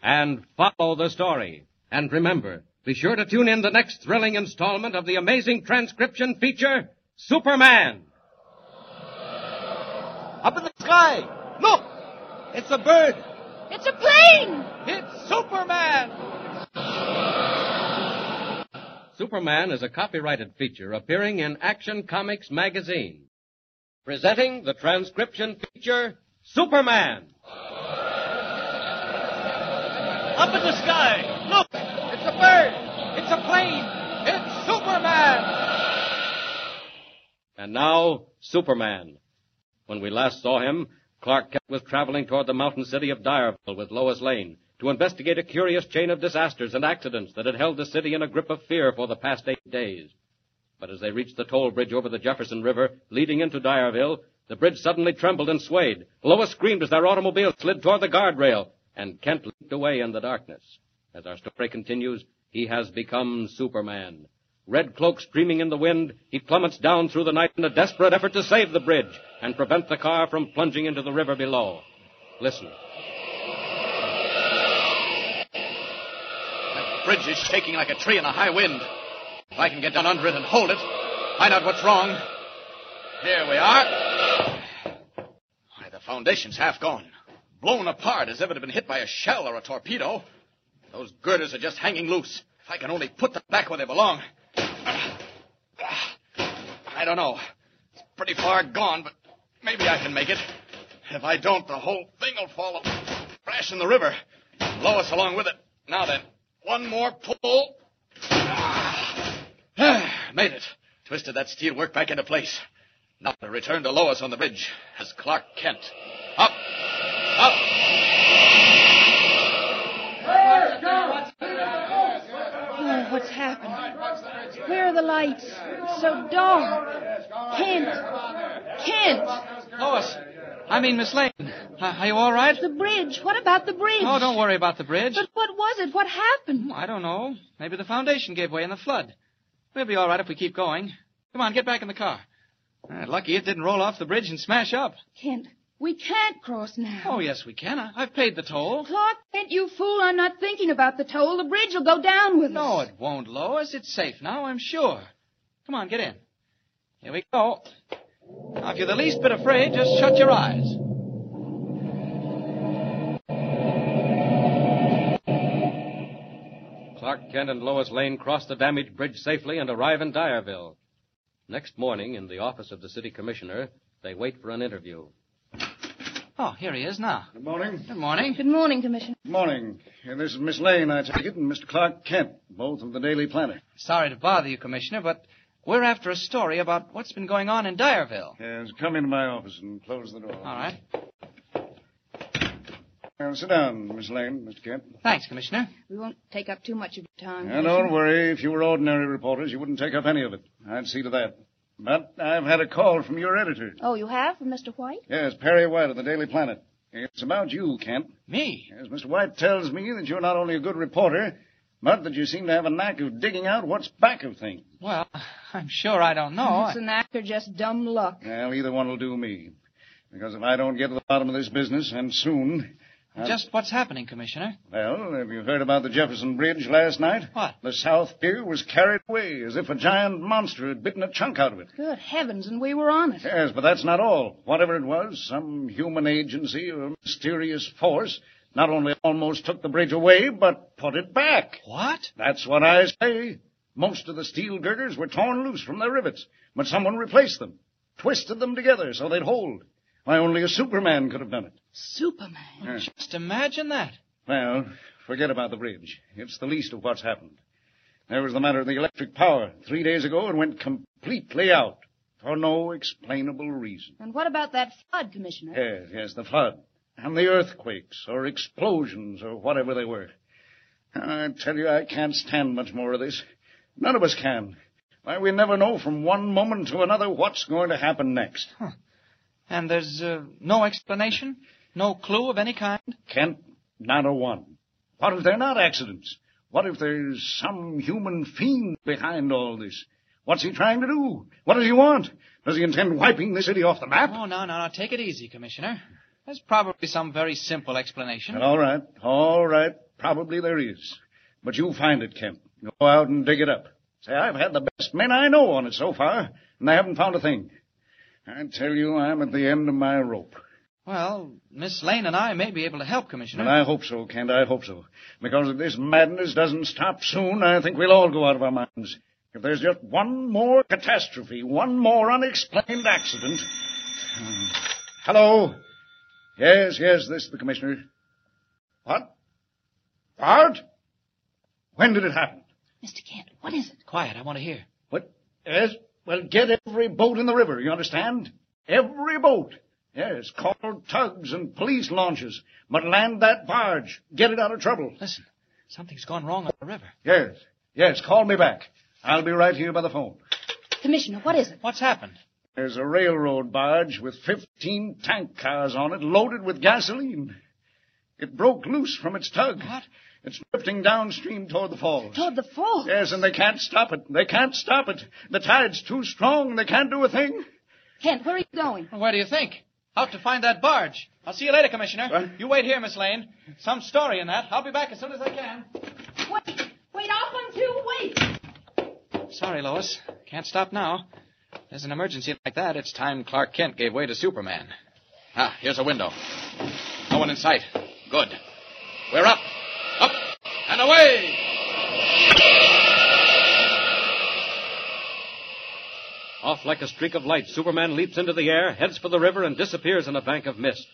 Speaker 5: and follow the story. And remember, be sure to tune in the next thrilling installment of the amazing transcription feature, Superman.
Speaker 6: Up in the sky! Look! It's a bird!
Speaker 14: It's a plane!
Speaker 6: It's Superman!
Speaker 5: Superman is a copyrighted feature appearing in Action Comics magazine. Presenting the transcription feature, Superman.
Speaker 6: Up in the sky! Look! It's a bird! It's a plane! It's Superman!
Speaker 5: And now, Superman. When we last saw him, Clark Kent was traveling toward the mountain city of Dyerville with Lois Lane to investigate a curious chain of disasters and accidents that had held the city in a grip of fear for the past eight days. But as they reached the toll bridge over the Jefferson River leading into Dyerville, the bridge suddenly trembled and swayed. Lois screamed as their automobile slid toward the guardrail, and Kent leaped away in the darkness. As our story continues, he has become Superman. Red cloak streaming in the wind, he plummets down through the night in a desperate effort to save the bridge and prevent the car from plunging into the river below. Listen.
Speaker 18: That bridge is shaking like a tree in a high wind. If I can get down under it and hold it, find out what's wrong. Here we are. Why, the foundation's half gone. Blown apart as if it had been hit by a shell or a torpedo. Those girders are just hanging loose. If I can only put them back where they belong. I don't know. It's pretty far gone, but maybe I can make it. If I don't, the whole thing will fall up, crash in the river. Lois along with it. Now then, one more pull. Ah, made it. Twisted that steel work back into place. Now to return to Lois on the bridge as Clark Kent. Up, up.
Speaker 14: Oh, what's happened? Where are the lights? It's so dark. Kent. Kent.
Speaker 7: Lois, I mean Miss Lane. Uh, are you all right?
Speaker 14: The bridge. What about the bridge?
Speaker 7: Oh, don't worry about the bridge.
Speaker 14: But what was it? What happened?
Speaker 7: I don't know. Maybe the foundation gave way in the flood. We'll be all right if we keep going. Come on, get back in the car. Uh, lucky it didn't roll off the bridge and smash up.
Speaker 14: Kent, we can't cross now.
Speaker 7: Oh, yes, we can. I, I've paid the toll.
Speaker 14: Clark Kent, you fool. I'm not thinking about the toll. The bridge will go down with us.
Speaker 7: No, it won't, Lois. It's safe now, I'm sure. Come on, get in. Here we go. Now, if you're the least bit afraid, just shut your eyes.
Speaker 5: Clark Kent and Lois Lane cross the damaged bridge safely and arrive in Dyerville. Next morning, in the office of the city commissioner, they wait for an interview.
Speaker 7: Oh, here he is now.
Speaker 21: Good morning.
Speaker 7: Good morning.
Speaker 14: Good morning, Commissioner.
Speaker 21: Good morning. Uh, This is Miss Lane, I take it, and Mr. Clark Kent, both of the Daily Planet.
Speaker 7: Sorry to bother you, Commissioner, but we're after a story about what's been going on in Dyerville.
Speaker 21: Yes, come into my office and close the door. All
Speaker 7: right.
Speaker 21: Well, sit down, Miss Lane, Mr. Kent.
Speaker 7: Thanks, Commissioner.
Speaker 14: We won't take up too much of your time.
Speaker 21: Now, don't worry. If you were ordinary reporters, you wouldn't take up any of it. I'd see to that. But I've had a call from your editor.
Speaker 14: Oh, you have from Mr. White?
Speaker 21: Yes, Perry White of the Daily Planet. It's about you, Kent.
Speaker 7: Me?
Speaker 21: Yes, Mr. White tells me that you're not only a good reporter, but that you seem to have a knack of digging out what's back of things.
Speaker 7: Well, I'm sure I don't know.
Speaker 14: It's an act or just dumb luck.
Speaker 21: Well, either one will do me. Because if I don't get to the bottom of this business, and soon. I'll-
Speaker 7: Just what's happening, Commissioner?
Speaker 21: Well, have you heard about the Jefferson Bridge last night?
Speaker 7: What?
Speaker 21: The South Pier was carried away as if a giant monster had bitten a chunk out of it.
Speaker 14: Good heavens, and we were on it.
Speaker 21: Yes, but that's not all. Whatever it was, some human agency or mysterious force not only almost took the bridge away, but put it back.
Speaker 7: What?
Speaker 21: That's what I say. Most of the steel girders were torn loose from their rivets, but someone replaced them, twisted them together so they'd hold. Why, only a Superman could have done it.
Speaker 14: Superman?
Speaker 7: Just imagine that.
Speaker 21: Well, forget about the bridge. It's the least of what's happened. There was the matter of the electric power. Three days ago, it went completely out for no explainable reason.
Speaker 14: And what about that flood, Commissioner?
Speaker 21: Yes, yes, the flood and the earthquakes or explosions or whatever they were. I tell you, I can't stand much more of this. None of us can. Why, we never know from one moment to another what's going to happen next.
Speaker 7: And there's uh, no explanation? No clue of any kind?
Speaker 21: Kent, not a one. What if they're not accidents? What if there's some human fiend behind all this? What's he trying to do? What does he want? Does he intend wiping the city off the map?
Speaker 7: Oh, no, no, no. Take it easy, Commissioner. There's probably some very simple explanation.
Speaker 21: Well, all right, all right. Probably there is. But you find it, Kent. Go out and dig it up. Say, I've had the best men I know on it so far, and they haven't found a thing. I tell you, I'm at the end of my rope.
Speaker 7: Well, Miss Lane and I may be able to help, Commissioner.
Speaker 21: And I hope so, Kent. I hope so. Because if this madness doesn't stop soon, I think we'll all go out of our minds. If there's just one more catastrophe, one more unexplained accident. Hmm. Hello? Yes, yes, this is the commissioner. What? What? When did it happen?
Speaker 14: Mr. Kent, what is it?
Speaker 7: Quiet, I want to hear.
Speaker 21: What? Yes, well, get every boat in the river, you understand? Every boat. Yes, call tugs and police launches. But land that barge. Get it out of trouble.
Speaker 7: Listen, something's gone wrong on the river.
Speaker 21: Yes, yes, call me back. I'll be right here by the phone.
Speaker 14: Commissioner, what is it?
Speaker 7: What's happened?
Speaker 21: There's a railroad barge with 15 tank cars on it loaded with gasoline. It broke loose from its tug.
Speaker 7: What?
Speaker 21: It's drifting downstream toward the falls.
Speaker 14: Toward the falls?
Speaker 21: Yes, and they can't stop it. They can't stop it. The tide's too strong. They can't do a thing.
Speaker 14: Kent, where are you going?
Speaker 7: Where do you think? Out to find that barge. I'll see you later, Commissioner. You wait here, Miss Lane. Some story in that. I'll be back as soon as I can.
Speaker 14: Wait, wait, I'll come too. Wait.
Speaker 7: Sorry, Lois. Can't stop now. There's an emergency like that. It's time Clark Kent gave way to Superman.
Speaker 18: Ah, here's a window. No one in sight. Good. We're up. Up and away.
Speaker 5: Off like a streak of light, Superman leaps into the air, heads for the river, and disappears in a bank of mist.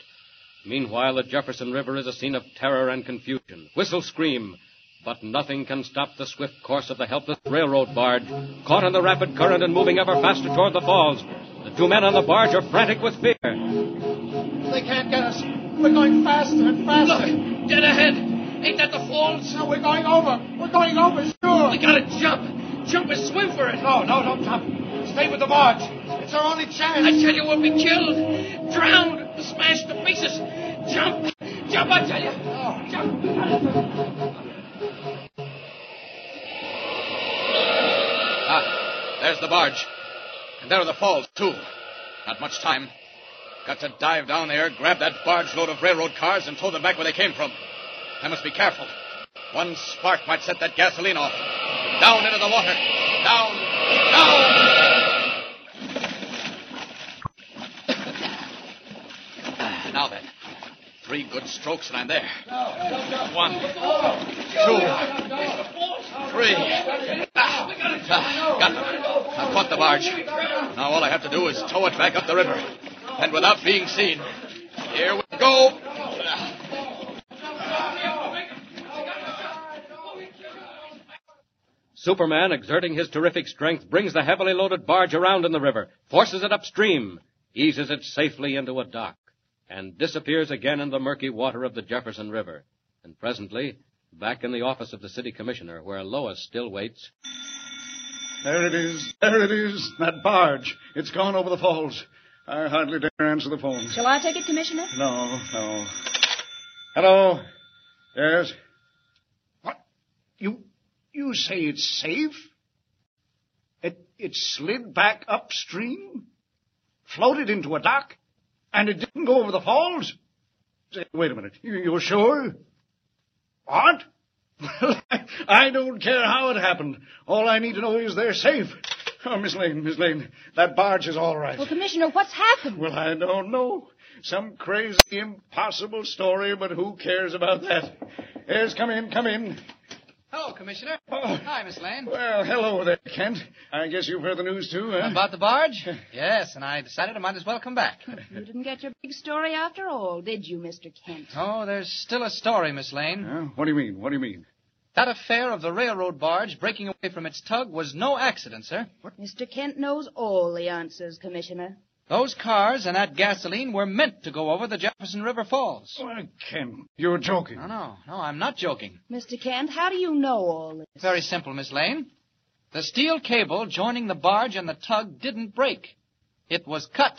Speaker 5: Meanwhile, the Jefferson River is a scene of terror and confusion. Whistle scream. But nothing can stop the swift course of the helpless railroad barge, caught in the rapid current and moving ever faster toward the falls. The two men on the barge are frantic with fear.
Speaker 6: They can't get us. We're going faster and faster.
Speaker 2: Look, dead ahead. Ain't that the falls?
Speaker 6: No, we're going over. We're going over, sure.
Speaker 2: We gotta jump. Jump and swim for it.
Speaker 6: No, no, don't jump. Stay with the barge. It's our only chance.
Speaker 2: I tell you, we'll be killed, drowned, smashed to pieces. Jump. Jump, I tell you.
Speaker 6: Oh,
Speaker 2: Jump.
Speaker 18: Ah, there's the barge. And there are the falls, too. Not much time. Got to dive down there, grab that barge load of railroad cars, and tow them back where they came from. I must be careful. One spark might set that gasoline off. Down into the water. Down. Down. now then. Three good strokes and I'm there. One, two, three. Ah, ah, got it. I've caught the barge. Now all I have to do is tow it back up the river. And without being seen. Here we go.
Speaker 5: Superman, exerting his terrific strength, brings the heavily loaded barge around in the river, forces it upstream, eases it safely into a dock, and disappears again in the murky water of the Jefferson River. And presently, back in the office of the city commissioner, where Lois still waits,
Speaker 21: There it is. There it is. That barge. It's gone over the falls. I hardly dare answer the phone.
Speaker 14: Shall I take it, Commissioner?
Speaker 21: No, no. Hello. Yes. What? You you say it's safe? It it slid back upstream, floated into a dock, and it didn't go over the falls. Say, Wait a minute. You, you're sure? What? Well, I, I don't care how it happened. All I need to know is they're safe. Oh, Miss Lane, Miss Lane, that barge is all right.
Speaker 14: Well, Commissioner, what's happened?
Speaker 21: Well, I don't know. Some crazy, impossible story, but who cares about that? Here's, come in, come in.
Speaker 7: Hello, Commissioner. Hi, Miss Lane.
Speaker 21: Oh. Well, hello eh? there, Kent. I guess you've heard the news too, huh?
Speaker 7: About the barge? yes, and I decided I might as well come back.
Speaker 14: You didn't get your big story after all, did you, Mr. Kent?
Speaker 7: Oh, there's still a story, Miss Lane.
Speaker 21: What do you mean? What do you mean?
Speaker 7: That affair of the railroad barge breaking away from its tug was no accident, sir.
Speaker 14: Mr. Kent knows all the answers, Commissioner.
Speaker 7: Those cars and that gasoline were meant to go over the Jefferson River Falls.
Speaker 21: Oh, Ken, you're joking.
Speaker 7: No, no, no, I'm not joking.
Speaker 14: Mr. Kent, how do you know all this?
Speaker 7: Very simple, Miss Lane. The steel cable joining the barge and the tug didn't break. It was cut.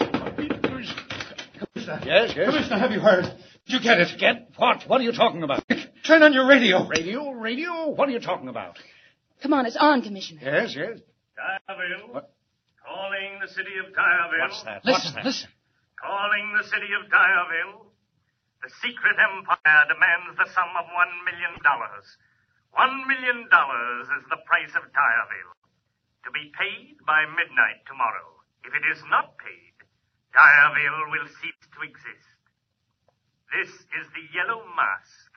Speaker 21: Yes, yes.
Speaker 6: Commissioner, have you heard?
Speaker 21: Did you get it? Get what? What are you talking about?
Speaker 6: Turn on your radio.
Speaker 21: Radio? Radio? What are you talking about?
Speaker 14: Come on, it's on, Commissioner.
Speaker 21: Yes, yes.
Speaker 22: Dyerville. Calling the city of Dyerville.
Speaker 21: What's that?
Speaker 7: Listen,
Speaker 21: What's that?
Speaker 7: listen.
Speaker 22: Calling the city of Dyerville. The secret empire demands the sum of one million dollars. One million dollars is the price of Dyerville. To be paid by midnight tomorrow. If it is not paid, Dyerville will cease to exist. This is the Yellow Mask.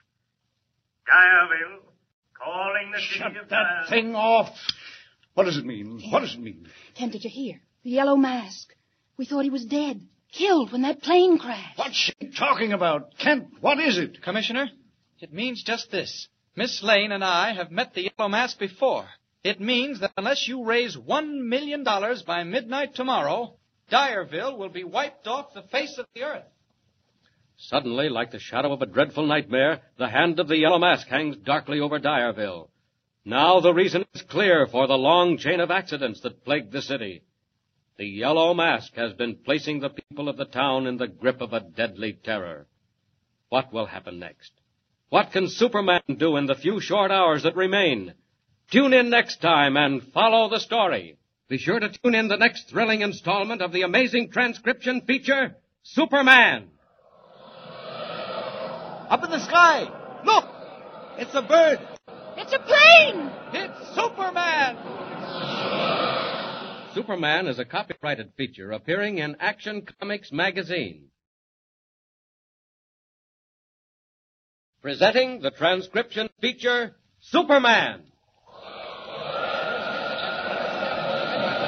Speaker 22: Dyerville, calling the city of
Speaker 21: That
Speaker 22: Dyerville.
Speaker 21: thing off. What does it mean? What does it mean?
Speaker 14: Kent, did you hear? The yellow mask. We thought he was dead, killed when that plane crashed.
Speaker 21: What's she talking about? Kent, what is it?
Speaker 7: Commissioner, it means just this. Miss Lane and I have met the Yellow Mask before. It means that unless you raise one million dollars by midnight tomorrow, Dyerville will be wiped off the face of the earth.
Speaker 5: Suddenly, like the shadow of a dreadful nightmare, the hand of the Yellow Mask hangs darkly over Dyerville. Now the reason is clear for the long chain of accidents that plagued the city. The Yellow Mask has been placing the people of the town in the grip of a deadly terror. What will happen next? What can Superman do in the few short hours that remain? Tune in next time and follow the story. Be sure to tune in the next thrilling installment of the amazing transcription feature, Superman.
Speaker 6: Up in the sky! Look! It's a bird!
Speaker 14: It's a plane!
Speaker 6: It's Superman!
Speaker 5: Superman is a copyrighted feature appearing in Action Comics magazine. Presenting the transcription feature, Superman.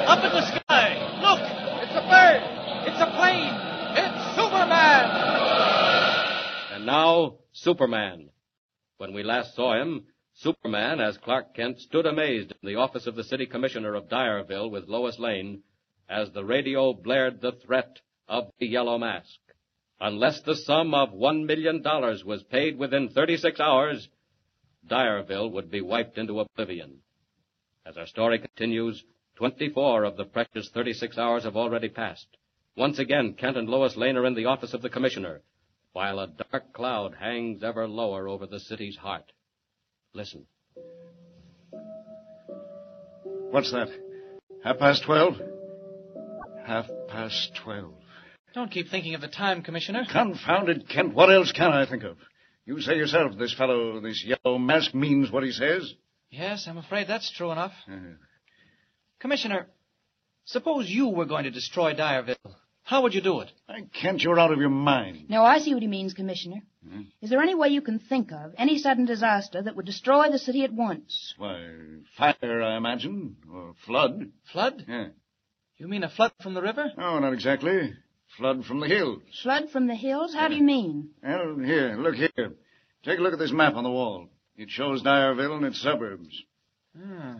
Speaker 6: Up in the sky! Look! It's a bird! It's a plane! It's Superman!
Speaker 5: And now, Superman. When we last saw him, Superman, as Clark Kent, stood amazed in the office of the city commissioner of Dyerville with Lois Lane as the radio blared the threat of the Yellow Mask. Unless the sum of one million dollars was paid within 36 hours, Dyerville would be wiped into oblivion. As our story continues, 24 of the precious 36 hours have already passed. Once again, Kent and Lois Lane are in the office of the commissioner, while a dark cloud hangs ever lower over the city's heart. Listen.
Speaker 21: What's that? Half past twelve? Half past twelve.
Speaker 7: Don't keep thinking of the time, Commissioner.
Speaker 21: Confounded Kent, what else can I think of? You say yourself this fellow, this yellow mask, means what he says.
Speaker 7: Yes, I'm afraid that's true enough.
Speaker 21: Uh-huh.
Speaker 7: Commissioner, suppose you were going to destroy Dyerville. How would you do it?
Speaker 21: Kent, you're out of your mind.
Speaker 23: No, I see what he means, Commissioner.
Speaker 21: Hmm?
Speaker 23: Is there any way you can think of, any sudden disaster that would destroy the city at once?
Speaker 21: Why, fire, I imagine, or flood.
Speaker 7: Flood?
Speaker 21: Yeah.
Speaker 7: You mean a flood from the river?
Speaker 21: Oh, not exactly. Flood from the hills.
Speaker 23: Flood from the hills? How do you mean?
Speaker 21: Well, here, look here. Take a look at this map on the wall. It shows Dyerville and its suburbs.
Speaker 7: Hmm.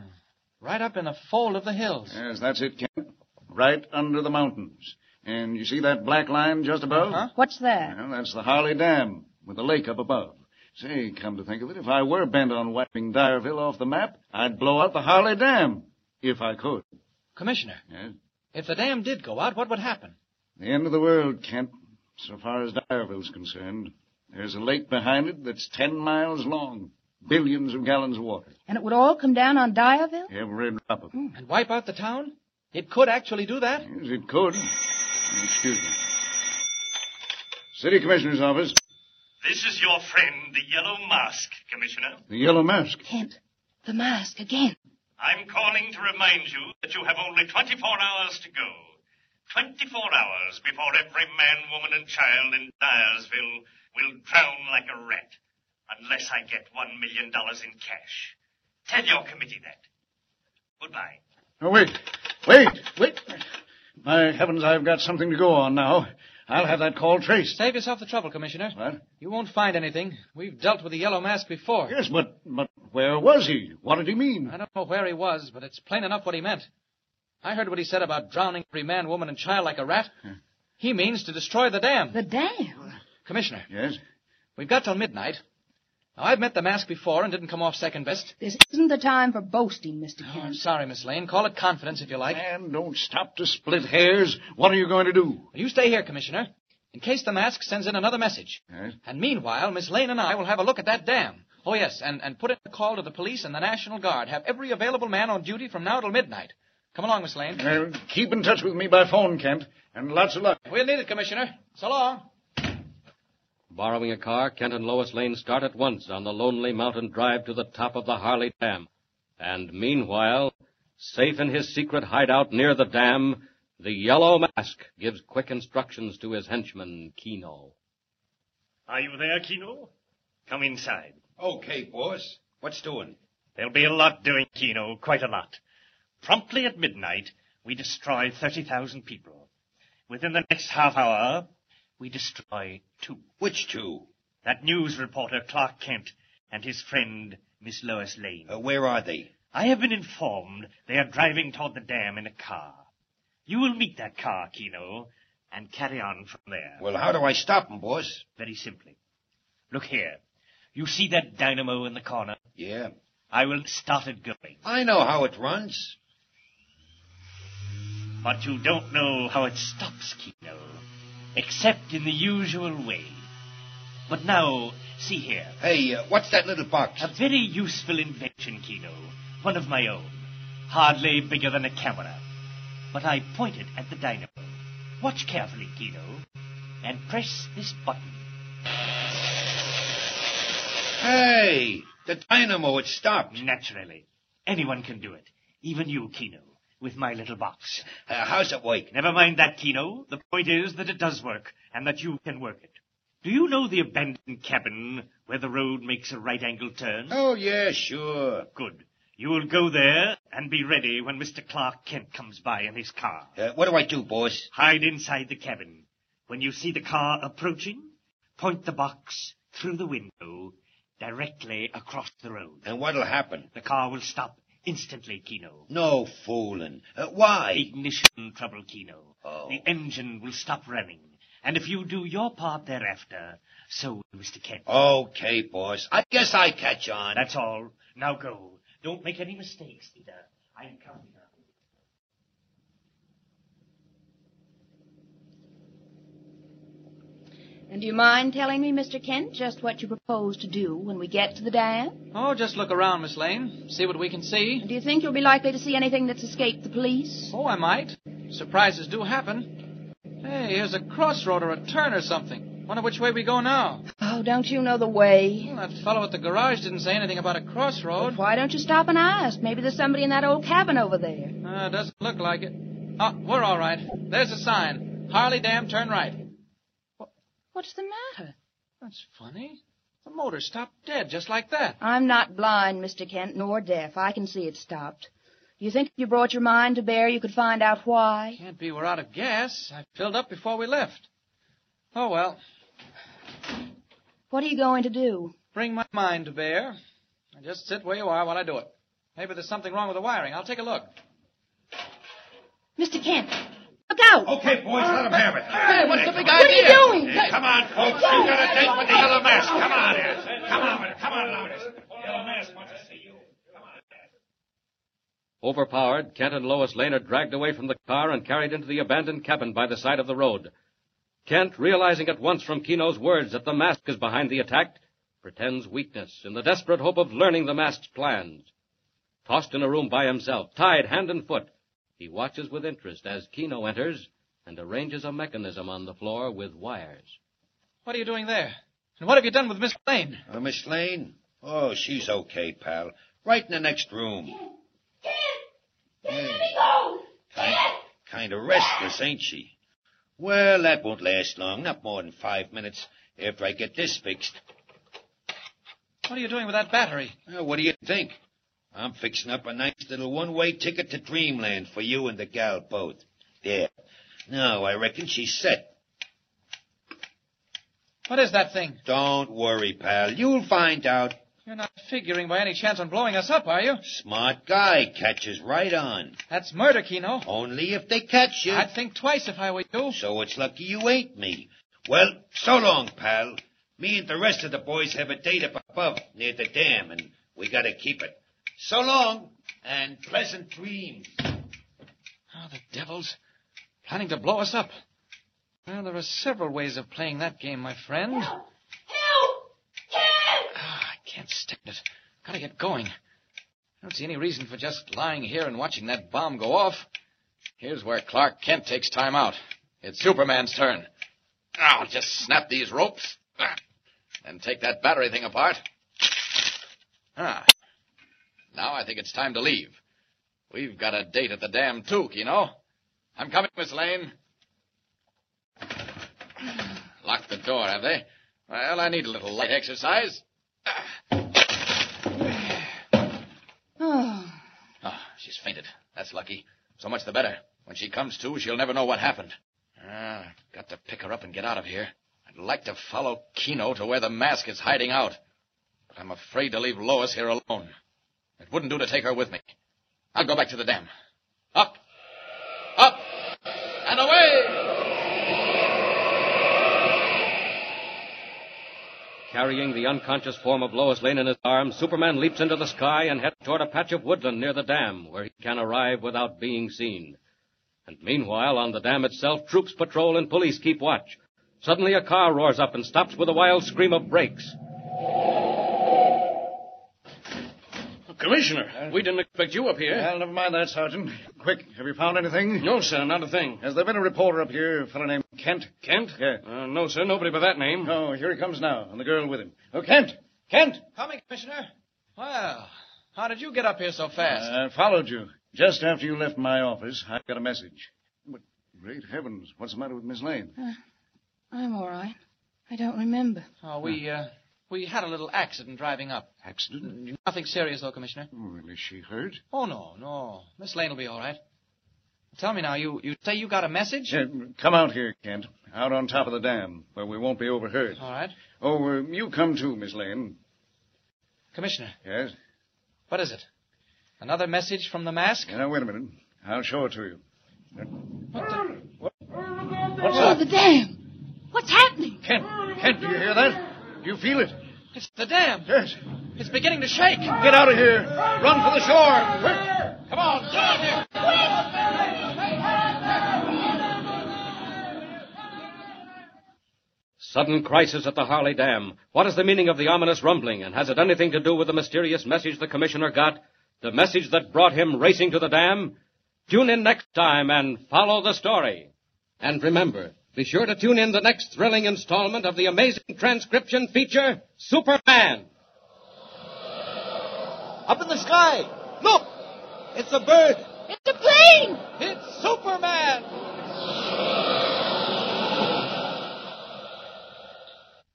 Speaker 7: Right up in a fold of the hills.
Speaker 21: Yes, that's it, Kent. Right under the mountains. And you see that black line just above?
Speaker 7: Uh-huh.
Speaker 23: Huh? What's that?
Speaker 21: Well, that's the Harley Dam, with the lake up above. Say, come to think of it, if I were bent on wiping Dyerville off the map, I'd blow out the Harley Dam, if I could.
Speaker 7: Commissioner,
Speaker 21: Yes?
Speaker 7: if the dam did go out, what would happen?
Speaker 21: The end of the world, Kent, so far as Dyerville's concerned. There's a lake behind it that's ten miles long, billions of gallons of water,
Speaker 23: And it would all come down on Dyerville?
Speaker 21: every drop of it.
Speaker 7: And wipe out the town? It could actually do that?
Speaker 21: Yes, it could. Excuse me. City Commissioner's office,
Speaker 22: This is your friend, the Yellow Mask, Commissioner.
Speaker 21: the yellow mask.
Speaker 23: Kent, the mask again.
Speaker 22: I'm calling to remind you that you have only 24 hours to go. 24 hours before every man, woman, and child in Dyersville will drown like a rat. Unless I get one million dollars in cash. Tell your committee that. Goodbye.
Speaker 21: Oh, wait, wait, wait. By heavens, I've got something to go on now. I'll have that call traced.
Speaker 7: Save yourself the trouble, Commissioner.
Speaker 21: What?
Speaker 7: You won't find anything. We've dealt with the yellow mask before.
Speaker 21: Yes, but, but where was he? What did he mean?
Speaker 7: I don't know where he was, but it's plain enough what he meant. I heard what he said about drowning every man, woman, and child like a rat. He means to destroy the dam.
Speaker 23: The dam?
Speaker 7: Commissioner.
Speaker 21: Yes?
Speaker 7: We've got till midnight. Now, I've met the mask before and didn't come off second best.
Speaker 23: This isn't the time for boasting, Mr.
Speaker 7: Oh, I'm sorry, Miss Lane. Call it confidence if you like.
Speaker 21: And don't stop to split hairs. What are you going to do?
Speaker 7: You stay here, Commissioner, in case the mask sends in another message.
Speaker 21: Yes?
Speaker 7: And meanwhile, Miss Lane and I will have a look at that dam. Oh, yes, and, and put in a call to the police and the National Guard. Have every available man on duty from now till midnight. Come along, Miss Lane.
Speaker 21: Well, Uh, keep in touch with me by phone, Kent, and lots of luck.
Speaker 7: We'll need it, Commissioner. So long.
Speaker 5: Borrowing a car, Kent and Lois Lane start at once on the lonely mountain drive to the top of the Harley Dam. And meanwhile, safe in his secret hideout near the dam, the Yellow Mask gives quick instructions to his henchman, Kino.
Speaker 22: Are you there, Kino? Come inside.
Speaker 10: Okay, boss. What's doing?
Speaker 22: There'll be a lot doing, Kino, quite a lot. Promptly at midnight, we destroy 30,000 people. Within the next half hour, we destroy two.
Speaker 10: Which two?
Speaker 22: That news reporter, Clark Kent, and his friend, Miss Lois Lane.
Speaker 10: Uh, where are they?
Speaker 22: I have been informed they are driving toward the dam in a car. You will meet that car, Kino, and carry on from there.
Speaker 10: Well, how do I stop them, boss?
Speaker 22: Very simply. Look here. You see that dynamo in the corner?
Speaker 10: Yeah.
Speaker 22: I will start it going.
Speaker 10: I know how it runs.
Speaker 22: But you don't know how it stops, Kino. Except in the usual way. But now, See here.
Speaker 10: Hey, uh, what's that little box?
Speaker 22: A very useful invention, Kino. One of my own. Hardly bigger than a camera. But I point it at the dynamo. Watch carefully, Kino. And press this button.
Speaker 10: Hey, the dynamo, it stopped.
Speaker 22: Naturally. Anyone can do it. Even you, Kino, with my little box.
Speaker 10: Uh, how's it work?
Speaker 22: Never mind that, Kino. The point is that it does work, and that you can work it. Do you know the abandoned cabin where the road makes a right angle turn?
Speaker 10: Oh, yeah, sure.
Speaker 22: Good. You will go there and be ready when Mr. Clark Kent comes by in his car.
Speaker 10: Uh, what do I do, boss?
Speaker 22: Hide inside the cabin. When you see the car approaching, point the box through the window directly across the road.
Speaker 10: And what'll happen?
Speaker 22: The car will stop instantly, Kino.
Speaker 10: No fooling. Uh, why?
Speaker 22: Ignition trouble, Kino.
Speaker 10: Oh.
Speaker 22: The engine will stop running. And if you do your part thereafter, so will Mr. Kent.
Speaker 10: Okay, boss. Oh, I guess I catch on.
Speaker 22: That's all. Now go. Don't make any mistakes, either. I'm counting on you.
Speaker 14: And do you mind telling me, Mr. Kent, just what you propose to do when we get to the dam?
Speaker 7: Oh, just look around, Miss Lane. See what we can see.
Speaker 14: Do you think you'll be likely to see anything that's escaped the police?
Speaker 7: Oh, I might. Surprises do happen. Hey, here's a crossroad or a turn or something. Wonder which way we go now.
Speaker 14: Oh, don't you know the way?
Speaker 7: Well, that fellow at the garage didn't say anything about a crossroad.
Speaker 14: Why don't you stop and ask? Maybe there's somebody in that old cabin over there.
Speaker 7: Uh, doesn't look like it. Oh, we're all right. There's a sign. Harley Dam, turn right.
Speaker 14: What's the matter?
Speaker 7: That's funny. The motor stopped dead just like that.
Speaker 14: I'm not blind, Mr. Kent, nor deaf. I can see it stopped. Do you think if you brought your mind to bear, you could find out why?
Speaker 7: Can't be we're out of gas. I filled up before we left. Oh, well.
Speaker 14: What are you going to do?
Speaker 7: Bring my mind to bear. And just sit where you are while I do it. Maybe there's something wrong with the wiring. I'll take a look.
Speaker 14: Mr. Kent, look out!
Speaker 10: Okay, boys, let him have it.
Speaker 14: Hey, what's the big What are you idea? doing?
Speaker 10: Hey, come on, folks.
Speaker 14: Go.
Speaker 10: You got a date with the yellow mask. Come on here. Come on, come on, loudest. Yellow mask wants to see you.
Speaker 5: Overpowered, Kent and Lois Lane are dragged away from the car and carried into the abandoned cabin by the side of the road. Kent, realizing at once from Kino's words that the mask is behind the attack, pretends weakness in the desperate hope of learning the mask's plans. Tossed in a room by himself, tied hand and foot, he watches with interest as Kino enters and arranges a mechanism on the floor with wires.
Speaker 7: What are you doing there? And what have you done with Miss Lane?
Speaker 10: Uh, Miss Lane? Oh, she's okay, pal. Right in the next room. Kind of restless, ain't she? Well, that won't last long. Not more than five minutes after I get this fixed.
Speaker 7: What are you doing with that battery?
Speaker 10: Now, what do you think? I'm fixing up a nice little one-way ticket to Dreamland for you and the gal both. There. Now, I reckon she's set.
Speaker 7: What is that thing?
Speaker 10: Don't worry, pal. You'll find out.
Speaker 7: You're not figuring by any chance on blowing us up, are you?
Speaker 10: Smart guy catches right on.
Speaker 7: That's murder, Kino.
Speaker 10: Only if they catch you.
Speaker 7: I'd think twice if I were you.
Speaker 10: So it's lucky you ain't me. Well, so long, pal. Me and the rest of the boys have a date up above near the dam, and we gotta keep it. So long, and pleasant dreams.
Speaker 7: Oh, the devils. Planning to blow us up. Well, there are several ways of playing that game, my friend. Help! I can't stand it. Gotta get going. I don't see any reason for just lying here and watching that bomb go off.
Speaker 18: Here's where Clark Kent takes time out. It's Superman's turn. I'll just snap these ropes ah, and take that battery thing apart. Ah. Now I think it's time to leave. We've got a date at the dam, too, Kino. I'm coming, Miss Lane. Locked the door, have they? Well, I need a little light exercise.
Speaker 14: Oh,
Speaker 18: Oh, she's fainted. That's lucky. So much the better. When she comes to, she'll never know what happened. Ah, got to pick her up and get out of here. I'd like to follow Kino to where the mask is hiding out. But I'm afraid to leave Lois here alone. It wouldn't do to take her with me. I'll go back to the dam. Up! Up! And away!
Speaker 5: Carrying the unconscious form of Lois Lane in his arms, Superman leaps into the sky and heads toward a patch of woodland near the dam, where he can arrive without being seen. And meanwhile, on the dam itself, troops patrol and police keep watch. Suddenly, a car roars up and stops with a wild scream of brakes.
Speaker 1: Commissioner, Uh, we didn't expect you up here.
Speaker 21: Well, never mind that, Sergeant. Quick, have you found anything?
Speaker 1: No, sir, not a thing.
Speaker 21: Has there been a reporter up here, a fellow named Kent?
Speaker 1: Kent?
Speaker 21: Yeah.
Speaker 1: Uh, no, sir, nobody by that name.
Speaker 21: Oh, here he comes now, and the girl with him. Oh, Kent! Kent!
Speaker 7: Coming, Commissioner. Well, how did you get up here so fast?
Speaker 21: I followed you. Just after you left my office, I got a message. But, great heavens, what's the matter with Miss Lane?
Speaker 14: Uh, I'm all right. I don't remember.
Speaker 7: Oh, we, uh, we had a little accident driving up.
Speaker 21: Accident?
Speaker 7: Nothing serious, though, Commissioner.
Speaker 21: Well, is she hurt?
Speaker 7: Oh, no, no. Miss Lane will be all right. Tell me now, you, you say you got a message?
Speaker 21: Yeah, come out here, Kent. Out on top of the dam, where we won't be overheard.
Speaker 7: All right.
Speaker 21: Oh, uh, you come too, Miss Lane.
Speaker 7: Commissioner,
Speaker 21: Yes?
Speaker 7: what is it? Another message from the mask?
Speaker 21: Now, wait a minute. I'll show it to you.
Speaker 14: What's oh, the dam! What's happening?
Speaker 21: Kent, Kent, do you hear that? Do you feel it?
Speaker 7: It's the dam.
Speaker 21: Yes.
Speaker 7: It's beginning to shake.
Speaker 21: Get out of here. Run for the shore. Quick. Come on, get out of here.
Speaker 5: Sudden crisis at the Harley Dam. What is the meaning of the ominous rumbling, and has it anything to do with the mysterious message the commissioner got? The message that brought him racing to the dam? Tune in next time and follow the story. And remember, be sure to tune in the next thrilling installment of the amazing transcription feature, Superman.
Speaker 6: Up in the sky! Look! It's a bird!
Speaker 14: It's a plane!
Speaker 6: It's Superman!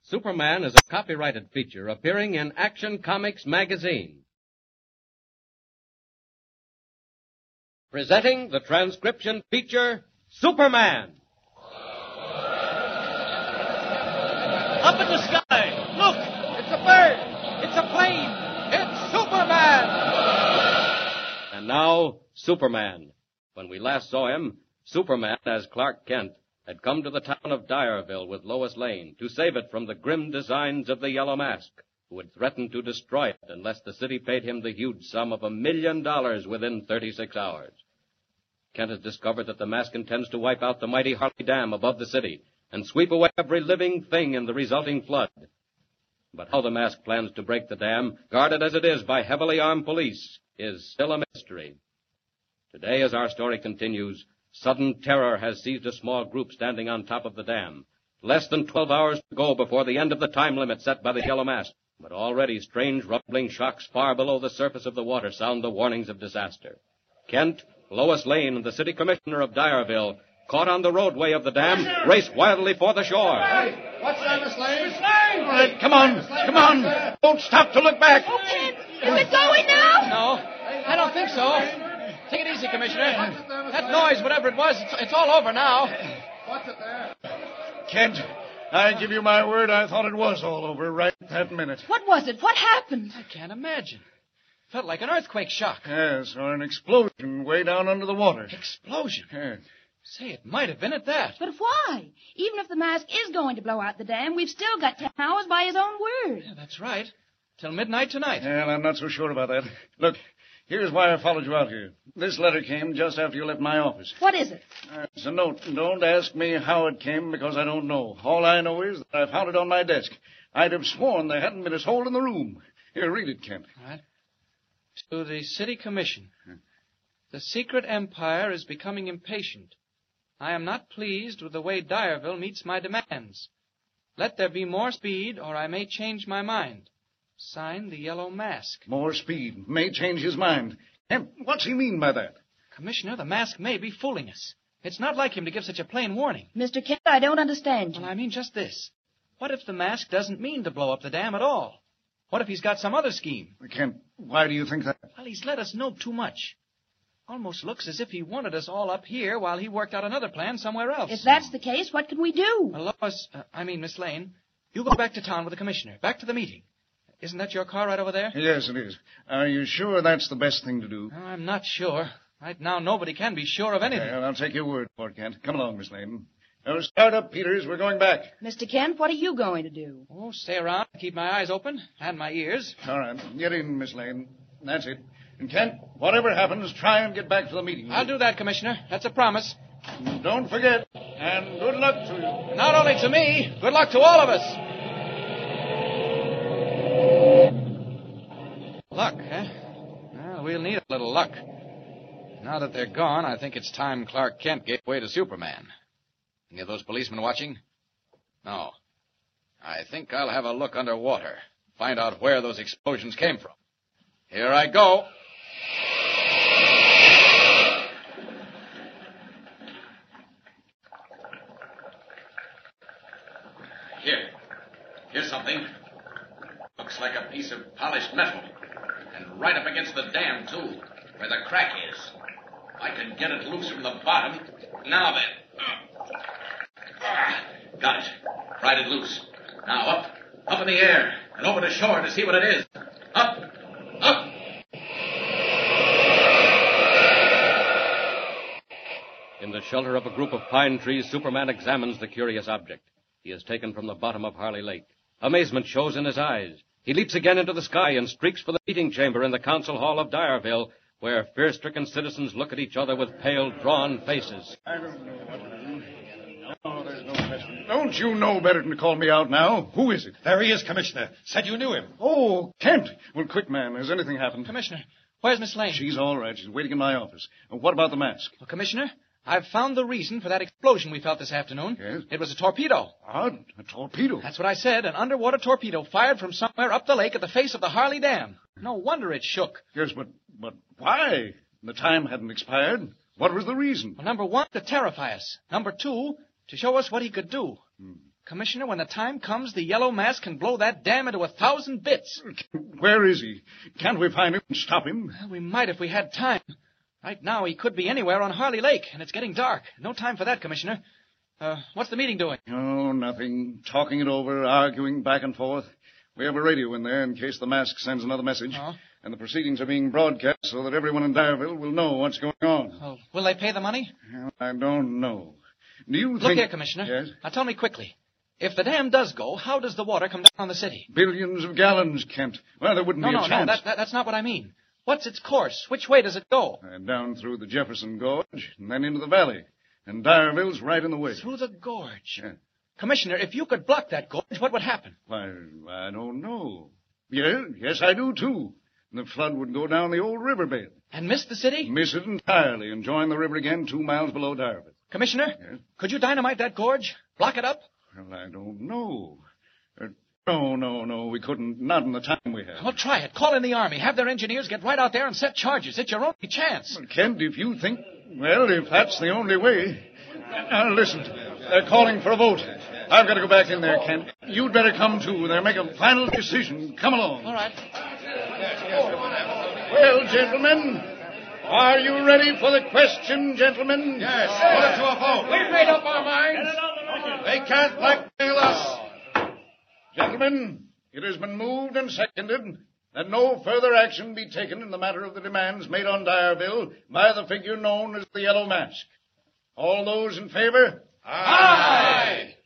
Speaker 5: Superman is a copyrighted feature appearing in Action Comics magazine. Presenting the transcription feature, Superman.
Speaker 6: Up in the sky! Look! It's a bird! It's a plane! It's Superman!
Speaker 5: And now, Superman. When we last saw him, Superman, as Clark Kent, had come to the town of Dyerville with Lois Lane to save it from the grim designs of the Yellow Mask, who had threatened to destroy it unless the city paid him the huge sum of a million dollars within 36 hours. Kent has discovered that the mask intends to wipe out the mighty Harley Dam above the city and sweep away every living thing in the resulting flood. But how the mask plans to break the dam, guarded as it is by heavily armed police, is still a mystery. Today, as our story continues, sudden terror has seized a small group standing on top of the dam. Less than 12 hours to go before the end of the time limit set by the yellow mask, but already strange rumbling shocks far below the surface of the water sound the warnings of disaster. Kent, Lois Lane, and the city commissioner of Dyerville, caught on the roadway of the dam, race wildly for the shore.
Speaker 21: What's that, Miss Lane?
Speaker 6: All
Speaker 21: right, come on, come on. Don't stop to look back.
Speaker 14: Oh, Kent, is it going now?
Speaker 7: No, I don't think so. Take it easy, Commissioner. That noise, whatever it was, it's, it's all over now.
Speaker 21: What's it there? Kent, I give you my word, I thought it was all over right that minute.
Speaker 14: What was it? What happened?
Speaker 7: I can't imagine. Felt like an earthquake shock.
Speaker 21: Yes, or an explosion way down under the water.
Speaker 7: Explosion.
Speaker 21: Yes.
Speaker 7: Say, it might have been at that.
Speaker 14: But why? Even if the mask is going to blow out the dam, we've still got ten hours by his own word.
Speaker 7: Yeah, that's right. Till midnight tonight.
Speaker 21: Well, I'm not so sure about that. Look, here's why I followed you out here. This letter came just after you left my office.
Speaker 14: What is it?
Speaker 21: Uh, it's a note. Don't ask me how it came because I don't know. All I know is that I found it on my desk. I'd have sworn there hadn't been a soul in the room. Here, read it, Kent.
Speaker 7: All right. To the city commission. The secret empire is becoming impatient. I am not pleased with the way Dyerville meets my demands. Let there be more speed, or I may change my mind. Sign the Yellow Mask.
Speaker 21: More speed may change his mind. Kent, what's he mean by that?
Speaker 7: Commissioner, the mask may be fooling us. It's not like him to give such a plain warning.
Speaker 14: Mr. Kent, I don't understand you.
Speaker 7: Well, I mean just this. What if the mask doesn't mean to blow up the dam at all? What if he's got some other scheme?
Speaker 21: Kent, why do you think that?
Speaker 7: Well, he's let us know too much. Almost looks as if he wanted us all up here while he worked out another plan somewhere else.
Speaker 14: If that's the case, what can we do?
Speaker 7: Well, Lois, uh, I mean Miss Lane, you go back to town with the commissioner, back to the meeting. Isn't that your car right over there?
Speaker 21: Yes, it is. Are you sure that's the best thing to do?
Speaker 7: Oh, I'm not sure. Right now, nobody can be sure of anything.
Speaker 21: Well, I'll take your word for it, Kent. Come along, Miss Lane. Now, start up, Peters. We're going back.
Speaker 14: Mr. Kent, what are you going to do?
Speaker 7: Oh, stay around, keep my eyes open, and my ears.
Speaker 21: All right. Get in, Miss Lane. That's it. And Kent, whatever happens, try and get back to the meeting.
Speaker 7: I'll do that, Commissioner. That's a promise.
Speaker 21: Don't forget. And good luck to you.
Speaker 7: Not only to me, good luck to all of us.
Speaker 5: Luck, huh?
Speaker 3: Well, we'll need a little luck. Now that they're gone, I think it's time Clark Kent gave way to Superman. Any of those policemen watching? No. I think I'll have a look underwater, find out where those explosions came from. Here I go. Here. Here's something. Looks like a piece of polished metal. And right up against the dam, too, where the crack is. If I can get it loose from the bottom. Now then. Ah, Got it. Pried it loose. Now up. Up in the air. And over to shore to see what it is. Up. Up.
Speaker 5: In the shelter of a group of pine trees, Superman examines the curious object. He is taken from the bottom of Harley Lake. Amazement shows in his eyes. He leaps again into the sky and streaks for the meeting chamber in the council hall of Dyerville, where fear-stricken citizens look at each other with pale, drawn faces.
Speaker 21: I don't know what to do. No, there's no question. Don't you know better than to call me out now? Who is it? There he is, Commissioner. Said you knew him. Oh, Kent. Well, quick, man. Has anything happened? Commissioner, where's Miss Lane? She's all right. She's waiting in my office. And what about the mask?
Speaker 7: Well, Commissioner, I've found the reason for that explosion we felt this afternoon. Yes? It was a torpedo.
Speaker 21: Odd. Ah, A torpedo.
Speaker 7: That's what I said. An underwater torpedo fired from somewhere up the lake at the face of the Harley Dam. No wonder it shook.
Speaker 21: Yes, but but why? The time hadn't expired. What was the reason?
Speaker 7: Well, number one, to terrify us. Number two, to show us what he could do.
Speaker 21: Hmm.
Speaker 7: Commissioner, when the time comes, the yellow mask can blow that dam into a thousand bits.
Speaker 21: Where is he? Can't we find him and stop him?
Speaker 7: Well, we might if we had time. Right now, he could be anywhere on Harley Lake, and it's getting dark. No time for that, Commissioner. Uh, what's the meeting doing?
Speaker 21: Oh, nothing. Talking it over, arguing back and forth. We have a radio in there in case the mask sends another message. And the proceedings are being broadcast so that everyone in Dyerville will know what's going on.
Speaker 7: Well, will they pay the money?
Speaker 21: I don't know. Do you
Speaker 7: Look
Speaker 21: think...
Speaker 7: here, Commissioner.
Speaker 21: Yes?
Speaker 7: Now tell me quickly. If the dam does go, how does the water come down on the city?
Speaker 21: Billions of gallons, Kent. Well, there wouldn't
Speaker 7: no,
Speaker 21: be a
Speaker 7: no, no.
Speaker 21: chance.
Speaker 7: That, that, that's not what I mean. What's its course? Which way does it go?
Speaker 21: Uh, down through the Jefferson Gorge and then into the valley. And Dyerville's right in the way.
Speaker 7: Through the gorge? Commissioner, if you could block that gorge, what would happen?
Speaker 21: Why, I don't know. Yes, yes, I do too. And the flood would go down the old riverbed.
Speaker 7: And miss the city?
Speaker 21: Miss it entirely and join the river again two miles below Dyerville.
Speaker 7: Commissioner, could you dynamite that gorge? Block it up?
Speaker 21: Well, I don't know. Uh, no, no, no, we couldn't. Not in the time we have.
Speaker 7: Well, try it. Call in the army. Have their engineers get right out there and set charges. It's your only chance.
Speaker 21: Kent, if you think, well, if that's the only way. Now, listen, they're calling for a vote. I've got to go back in there, Kent. You'd better come too. They're making a final decision. Come along.
Speaker 7: All right.
Speaker 21: Well, gentlemen, are you ready for the question, gentlemen? Yes. oh.
Speaker 2: We've made up our minds.
Speaker 21: They can't blackmail us. Gentlemen, it has been moved and seconded that no further action be taken in the matter of the demands made on Dyerville by the figure known as the Yellow Mask. All those in favor? Aye.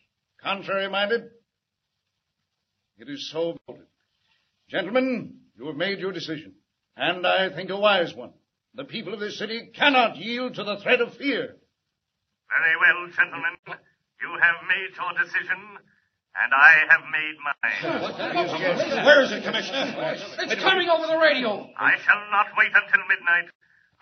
Speaker 21: Contrary minded? It is so voted. Gentlemen, you have made your decision, and I think a wise one. The people of this city cannot yield to the threat of fear.
Speaker 22: Very well, gentlemen. You have made your decision, and I have made mine.
Speaker 10: Where is it, Commissioner?
Speaker 2: It's coming over the radio.
Speaker 22: I shall not wait until midnight.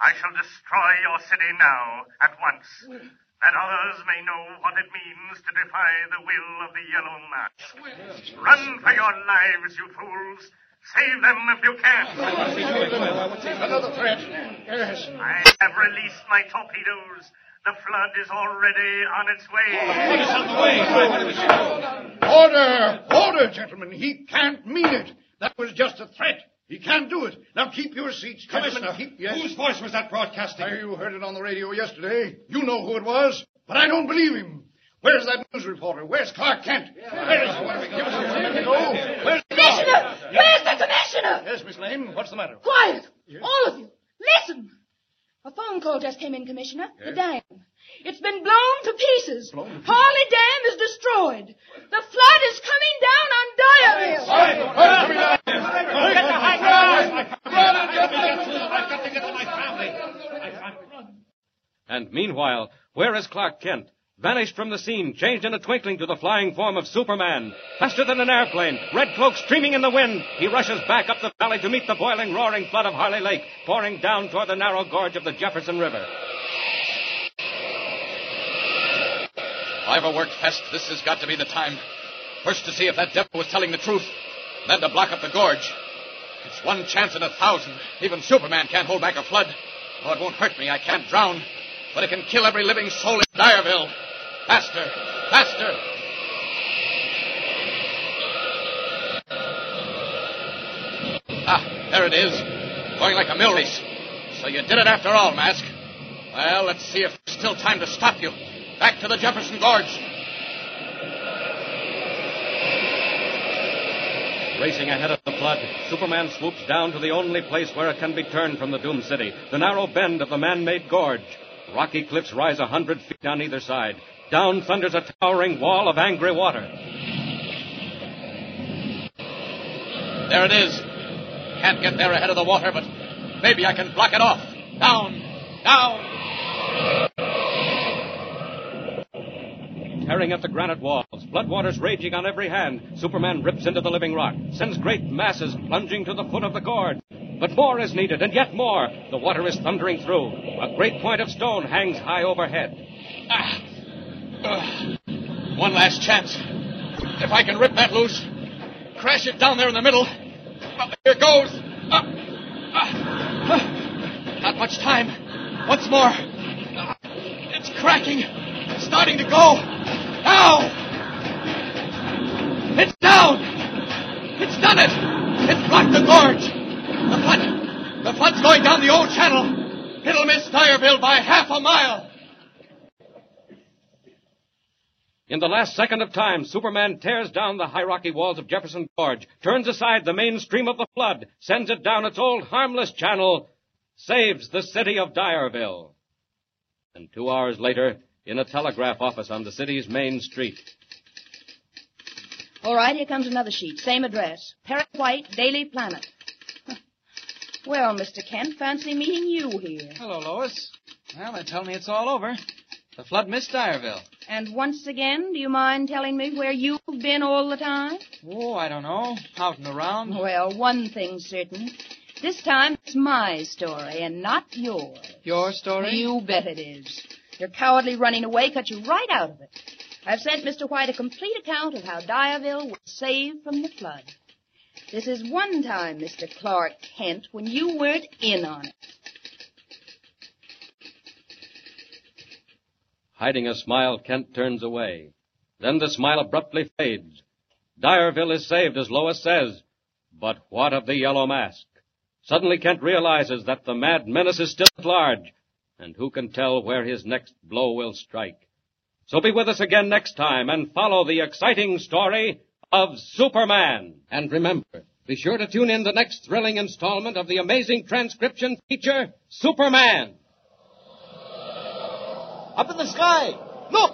Speaker 22: I shall destroy your city now, at once, that others may know what it means to defy the will of the Yellow Mask. Run for your lives, you fools! Save them if you can!
Speaker 21: Another threat. Yes.
Speaker 22: I have released my torpedoes. The flood is already on its way.
Speaker 21: Order! Order, gentlemen! He can't mean it! That was just a threat. He can't do it. Now keep your seats, gentlemen.
Speaker 10: Commissioner,
Speaker 21: Keep, yes.
Speaker 10: whose voice was that broadcasting?
Speaker 21: Why, you heard it on the radio yesterday. You know who it was, but I don't believe him. Where's that news reporter? Where's Clark Kent? Where is he? Give us a minute to go. Where's the guard?
Speaker 14: Commissioner! Where's the commissioner?
Speaker 21: Yes, Miss Lane. What's the matter?
Speaker 14: Quiet! All of you, listen! A phone call just came in, Commissioner. The
Speaker 21: Yes?
Speaker 14: dam. It's been blown to pieces. Harley Dam is destroyed. The flood is coming down on Dyerville.
Speaker 5: And meanwhile, where is Clark Kent? vanished from the scene, changed in a twinkling to the flying form of Superman. Faster than an airplane, red cloak streaming in the wind, he rushes back up the valley to meet the boiling, roaring flood of Harley Lake, pouring down toward the narrow gorge of the Jefferson River.
Speaker 18: If I ever worked fast, this has got to be the time. First to see if that devil was telling the truth, then to block up the gorge. It's one chance in a thousand. Even Superman can't hold back a flood. Oh, it won't hurt me. I can't drown. But it can kill every living soul in Dyerville. Faster! Faster! Ah, there it is. Going like a mill race. So you did it after all, Mask. Well, let's see if there's still time to stop you. Back to the Jefferson Gorge.
Speaker 5: Racing ahead of the flood, Superman swoops down to the only place where it can be turned from the Doom City, the narrow bend of the man-made gorge. Rocky cliffs rise a hundred feet on either side. Down thunders a towering wall of angry water.
Speaker 18: There it is. Can't get there ahead of the water, but maybe I can block it off. Down, down.
Speaker 5: Tearing at the granite walls, floodwaters raging on every hand, Superman rips into the living rock, sends great masses plunging to the foot of the gorge. But more is needed, and yet more. The water is thundering through. A great point of stone hangs high overhead. Ah!
Speaker 18: One last chance. If I can rip that loose, crash it down there in the middle. Well, here goes. Ah, ah, ah. Not much time. Once more. Ah, It's cracking. It's starting to go. Now! It's down! It's done it! It's blocked the gorge! The flood! The flood's going down the old channel! It'll miss Dyerville by half a mile!
Speaker 5: In the last second of time, Superman tears down the high rocky walls of Jefferson Gorge, turns aside the main stream of the flood, sends it down its old harmless channel, saves the city of Dyerville. And two hours later, in a telegraph office on the city's main street,
Speaker 14: All right, here comes another sheet. Same address. Parrot White, Daily Planet. Huh. Well, Mr. Kent, fancy meeting you here.
Speaker 24: Hello, Lois. Well, they tell me it's all over. The flood missed Dyerville.
Speaker 14: And once again, do you mind telling me where you've been all the time?
Speaker 24: Oh, I don't know. Out and around.
Speaker 14: Well, one thing's certain. This time it's my story and not yours.
Speaker 24: Your story?
Speaker 14: You bet it is. Your cowardly running away cut you right out of it. I've sent Mr. White a complete account of how Dyerville was saved from the flood. This is one time, Mr. Clark Kent, when you weren't in on it.
Speaker 5: hiding a smile, Kent turns away. Then the smile abruptly fades. Dyerville is saved, as Lois says. But what of the yellow mask? Suddenly Kent realizes that the mad menace is still at large, and who can tell where his next blow will strike? So be with us again next time and follow the exciting story of Superman. And remember, be sure to tune in the next thrilling installment of the amazing transcription feature, Superman.
Speaker 25: Up in the sky! Look!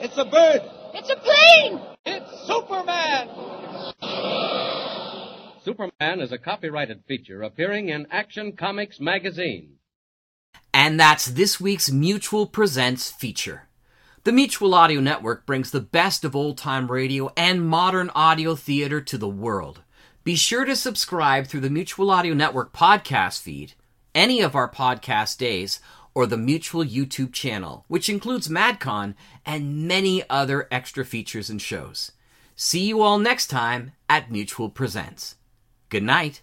Speaker 25: It's a bird!
Speaker 14: It's a plane!
Speaker 25: It's Superman!
Speaker 5: Superman is a copyrighted feature appearing in Action Comics magazine.
Speaker 26: And that's this week's Mutual Presents feature. The Mutual Audio Network brings the best of old time radio and modern audio theater to the world. Be sure to subscribe through the Mutual Audio Network podcast feed, any of our podcast days, or the Mutual YouTube channel, which includes MadCon and many other extra features and shows. See you all next time at Mutual Presents. Good night.